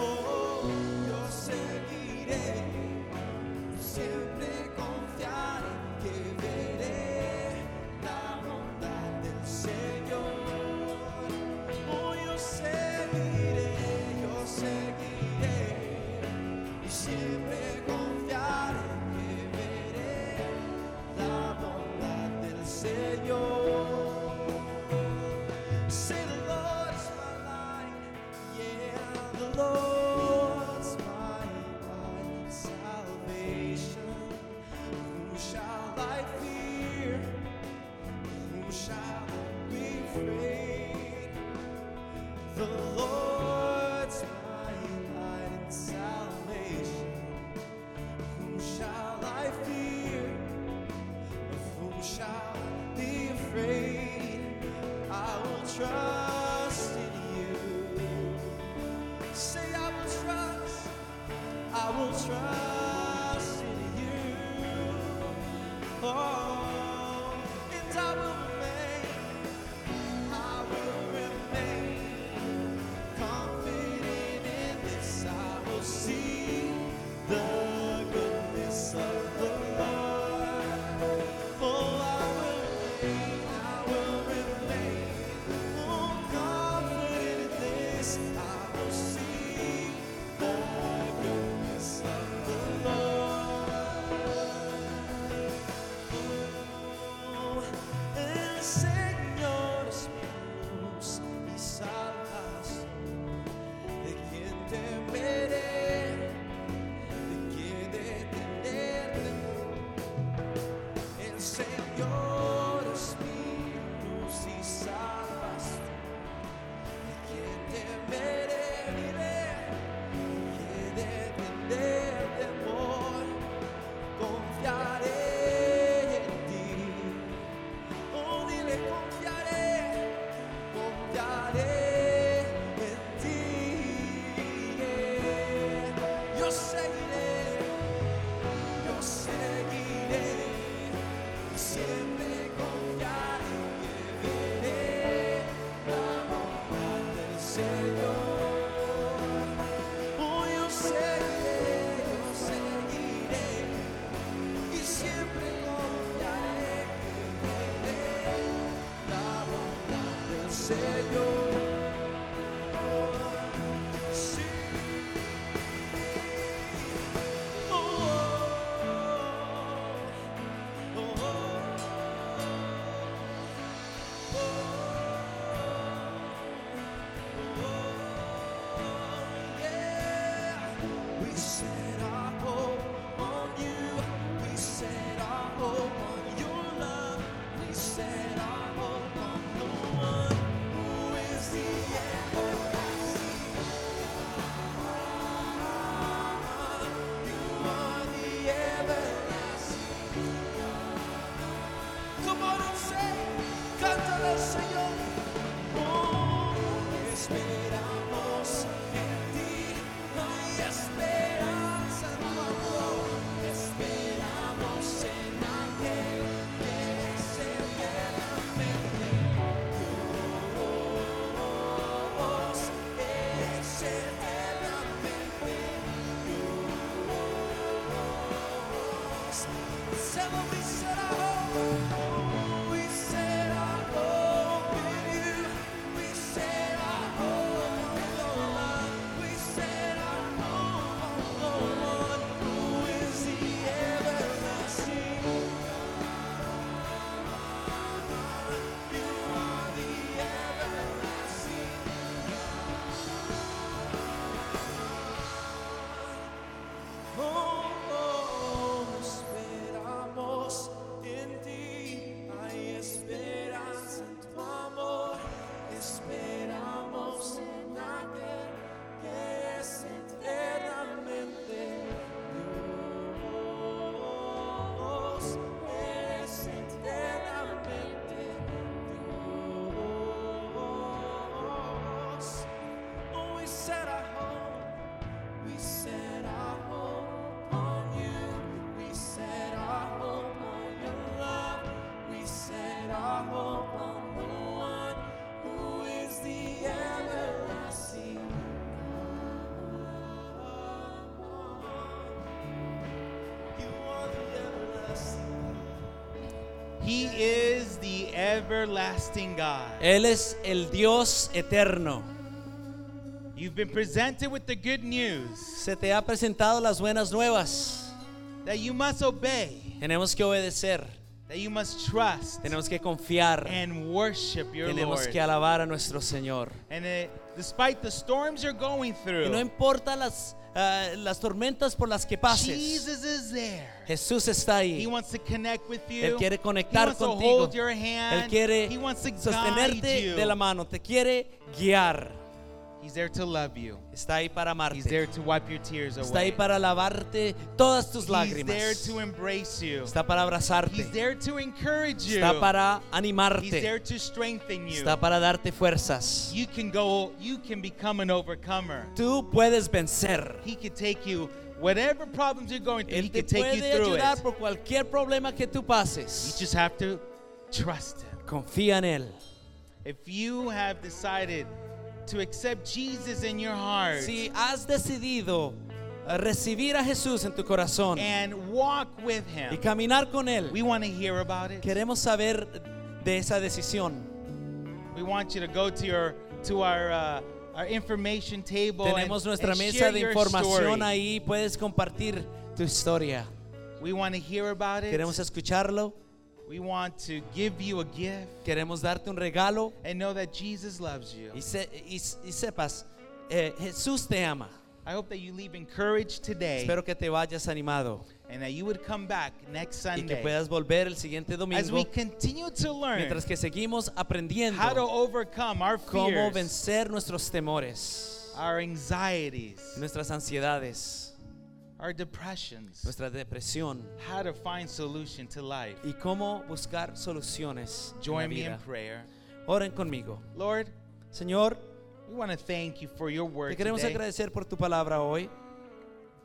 [SPEAKER 3] oh, yo seguiré. Siempre confiaré que veré la bondad del Señor. Oh, yo seguiré, yo seguiré y siempre confiaré que veré la bondad del Señor. Say the Lord is my light, yeah, the Lord's my light and salvation. Whom shall I fear? Whom shall I be afraid? The Lord's my light and salvation. Whom shall I fear? Of whom shall I be afraid? I will trust in you. Say, I will trust. I will trust in you. Oh, and I will remain. I will remain. Confident in this, I will see the goodness of the Lord. Oh, I will remain, I will remain. Oh, confident in this, I will see the goodness of the Lord. El Oh, Señor es mi luz y salvación. ¿De quién temeré? ¿De quién detener El Señor es mi luz y salvación. ¿De quién temeré? Diré, ¿de quién detener temor? Confiaré en ti. Oh, dile, confiaré, confiaré en ti. Yo seguiré, yo seguiré, y siempre confiaré que veré la bondad del Señor. Oh, yo seguiré, yo seguiré. Y siempre confiaré que veré la bondad del Señor. Sí, Oh, oh. place. Seven, we set our hope. We set our hope in you. We set our hope in the Lord. We set our hope on the Lord, who is the everlasting. You are the everlasting. Oh, esperamos en ti, hay esperanza en tu amor, esperamos en aquel que es eternamente Dios, es eternamente Dios. Oh, we set our home. We set our hope on you. We set our hope on your love. We set our hope on the one who is the everlasting. God. You are the everlasting.
[SPEAKER 4] He is the everlasting God.
[SPEAKER 5] Él es el Dios eterno.
[SPEAKER 4] You've been presented with the good news
[SPEAKER 5] Se te ha presentado las buenas nuevas.
[SPEAKER 4] that you must obey,
[SPEAKER 5] Tenemos que obedecer,
[SPEAKER 4] that you must trust,
[SPEAKER 5] tenemos que confiar,
[SPEAKER 4] and worship your
[SPEAKER 5] tenemos
[SPEAKER 4] Lord.
[SPEAKER 5] que alabar a nuestro Señor.
[SPEAKER 4] And it, despite the storms you're going
[SPEAKER 5] Y no
[SPEAKER 4] through,
[SPEAKER 5] importa las, ah, las tormentas por las que pases,
[SPEAKER 4] Jesus is there.
[SPEAKER 5] Jesús está
[SPEAKER 4] He
[SPEAKER 5] ahí.
[SPEAKER 4] wants to connect with you.
[SPEAKER 5] Él quiere
[SPEAKER 4] he
[SPEAKER 5] conectar
[SPEAKER 4] wants to hold
[SPEAKER 5] contigo.
[SPEAKER 4] your
[SPEAKER 5] Él
[SPEAKER 4] hand.
[SPEAKER 5] quiere
[SPEAKER 4] he wants to guide
[SPEAKER 5] sostenerte
[SPEAKER 4] you.
[SPEAKER 5] de la mano, te quiere guiar.
[SPEAKER 4] He's there to love you.
[SPEAKER 5] Está ahí para
[SPEAKER 4] He's there
[SPEAKER 5] amarte,
[SPEAKER 4] to wipe your tears away.
[SPEAKER 5] está ahí para lavarte todas
[SPEAKER 4] He's
[SPEAKER 5] tus
[SPEAKER 4] there
[SPEAKER 5] lágrimas,
[SPEAKER 4] to embrace you.
[SPEAKER 5] está para
[SPEAKER 4] He's
[SPEAKER 5] abrazarte,
[SPEAKER 4] there to encourage you.
[SPEAKER 5] está para
[SPEAKER 4] He's
[SPEAKER 5] animarte,
[SPEAKER 4] there to strengthen you.
[SPEAKER 5] está para darte fuerzas.
[SPEAKER 4] You can go. You can become an overcomer.
[SPEAKER 5] Tú puedes vencer.
[SPEAKER 4] He can take you whatever problems you're going through. He
[SPEAKER 5] Él te
[SPEAKER 4] can take you
[SPEAKER 5] puede
[SPEAKER 4] through
[SPEAKER 5] ayudar
[SPEAKER 4] it.
[SPEAKER 5] por cualquier problema que tú pases.
[SPEAKER 4] You just have to trust Him.
[SPEAKER 5] Confía en Él.
[SPEAKER 4] If you have decided to accept Jesus in your heart
[SPEAKER 5] Si has decidido eh, recibir a Jesús en tu corazón
[SPEAKER 4] and walk with
[SPEAKER 5] y
[SPEAKER 4] Him,
[SPEAKER 5] caminar con
[SPEAKER 4] we
[SPEAKER 5] Él,
[SPEAKER 4] want to hear about it.
[SPEAKER 5] queremos saber de esa decisión.
[SPEAKER 4] We want you to go to your to our uh, our information table. and-
[SPEAKER 5] Tenemos nuestra
[SPEAKER 4] and
[SPEAKER 5] mesa
[SPEAKER 4] share
[SPEAKER 5] de
[SPEAKER 4] your
[SPEAKER 5] información
[SPEAKER 4] story.
[SPEAKER 5] ahí. Puedes compartir tu historia.
[SPEAKER 4] We want to hear about it.
[SPEAKER 5] Queremos escucharlo.
[SPEAKER 4] We want to give you a gift
[SPEAKER 5] Queremos darte un regalo
[SPEAKER 4] and know that Jesus loves you.
[SPEAKER 5] y, se- y- y sepas, eh, Jesús te ama.
[SPEAKER 4] I hope that you leave encouraged today
[SPEAKER 5] Espero que te vayas animado
[SPEAKER 4] and that you would come back next
[SPEAKER 5] y que
[SPEAKER 4] Sunday
[SPEAKER 5] puedas volver el siguiente
[SPEAKER 4] as we
[SPEAKER 5] domingo
[SPEAKER 4] continue to learn
[SPEAKER 5] mientras que seguimos
[SPEAKER 4] how to
[SPEAKER 5] aprendiendo
[SPEAKER 4] overcome our
[SPEAKER 5] cómo
[SPEAKER 4] fears,
[SPEAKER 5] vencer nuestros temores,
[SPEAKER 4] our anxieties,
[SPEAKER 5] nuestras ansiedades,
[SPEAKER 4] our depressions,
[SPEAKER 5] nuestra depresión
[SPEAKER 4] how to find solution to life.
[SPEAKER 5] y cómo buscar soluciones. en la
[SPEAKER 4] Join me in
[SPEAKER 5] vida.
[SPEAKER 4] prayer.
[SPEAKER 5] Oren conmigo.
[SPEAKER 4] Lord,
[SPEAKER 5] Señor,
[SPEAKER 4] we want to thank you for your
[SPEAKER 5] te
[SPEAKER 4] word
[SPEAKER 5] queremos
[SPEAKER 4] today.
[SPEAKER 5] agradecer por tu palabra hoy.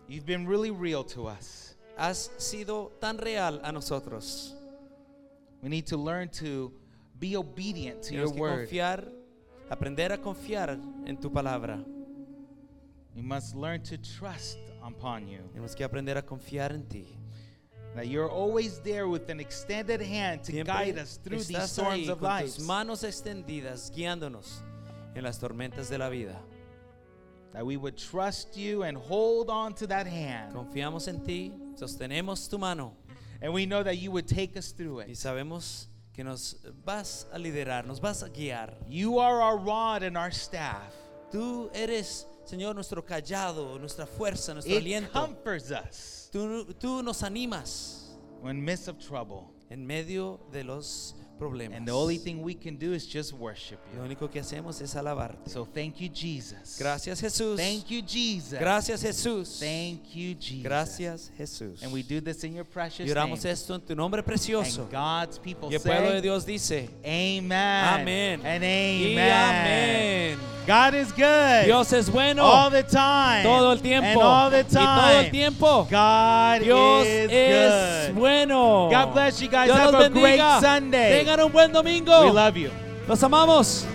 [SPEAKER 4] You've been really real to us.
[SPEAKER 5] Has sido tan real a nosotros.
[SPEAKER 4] We need to learn to be obedient to your
[SPEAKER 5] Tenemos que
[SPEAKER 4] word.
[SPEAKER 5] confiar, aprender a confiar en tu palabra.
[SPEAKER 4] We must learn to trust upon you.
[SPEAKER 5] Tenemos que aprender a confiar en ti.
[SPEAKER 4] That you're always there with an extended hand to
[SPEAKER 5] Siempre
[SPEAKER 4] guide us through these
[SPEAKER 5] estás
[SPEAKER 4] storms
[SPEAKER 5] ahí
[SPEAKER 4] of
[SPEAKER 5] con
[SPEAKER 4] life.
[SPEAKER 5] tus manos extendidas guiándonos en las tormentas de la vida.
[SPEAKER 4] That we would trust you and hold on to that hand.
[SPEAKER 5] Confiamos en ti, sostenemos tu mano
[SPEAKER 4] And we know that you would take us through
[SPEAKER 5] y
[SPEAKER 4] it.
[SPEAKER 5] sabemos que nos vas a liderar, nos vas a guiar.
[SPEAKER 4] You are our rod and our staff.
[SPEAKER 5] Tú eres, Señor, nuestro callado, nuestra fuerza, nuestro
[SPEAKER 4] It
[SPEAKER 5] aliento.
[SPEAKER 4] comforts us
[SPEAKER 5] Tú, tú nos animas
[SPEAKER 4] when midst of trouble.
[SPEAKER 5] en medio de los problemas.
[SPEAKER 4] And the only thing we can do is just worship
[SPEAKER 5] Lo
[SPEAKER 4] you.
[SPEAKER 5] único que hacemos es alabarte.
[SPEAKER 4] So thank you, Jesus.
[SPEAKER 5] Gracias Jesús.
[SPEAKER 4] Thank you, Jesus.
[SPEAKER 5] Gracias Jesús.
[SPEAKER 4] Thank you, Jesus.
[SPEAKER 5] Gracias Jesús.
[SPEAKER 4] And we do this in your precious
[SPEAKER 5] Y oramos
[SPEAKER 4] name.
[SPEAKER 5] esto en tu nombre precioso.
[SPEAKER 4] And God's people
[SPEAKER 5] Y el pueblo de
[SPEAKER 4] say,
[SPEAKER 5] Dios dice,
[SPEAKER 4] Amen.
[SPEAKER 5] amén.
[SPEAKER 4] And
[SPEAKER 5] Y
[SPEAKER 4] amen.
[SPEAKER 5] amén.
[SPEAKER 4] God is good.
[SPEAKER 5] Dios es bueno
[SPEAKER 4] all the time.
[SPEAKER 5] todo el tiempo.
[SPEAKER 4] And all the
[SPEAKER 5] Y todo el
[SPEAKER 4] time.
[SPEAKER 5] tiempo.
[SPEAKER 4] God
[SPEAKER 5] Dios
[SPEAKER 4] is
[SPEAKER 5] es
[SPEAKER 4] good.
[SPEAKER 5] bueno.
[SPEAKER 4] God bless you guys.
[SPEAKER 5] Dios
[SPEAKER 4] Have
[SPEAKER 5] los
[SPEAKER 4] a great
[SPEAKER 5] bendiga.
[SPEAKER 4] Sunday.
[SPEAKER 5] Tengan un buen
[SPEAKER 4] We
[SPEAKER 5] domingo.
[SPEAKER 4] love you.
[SPEAKER 5] Los amamos.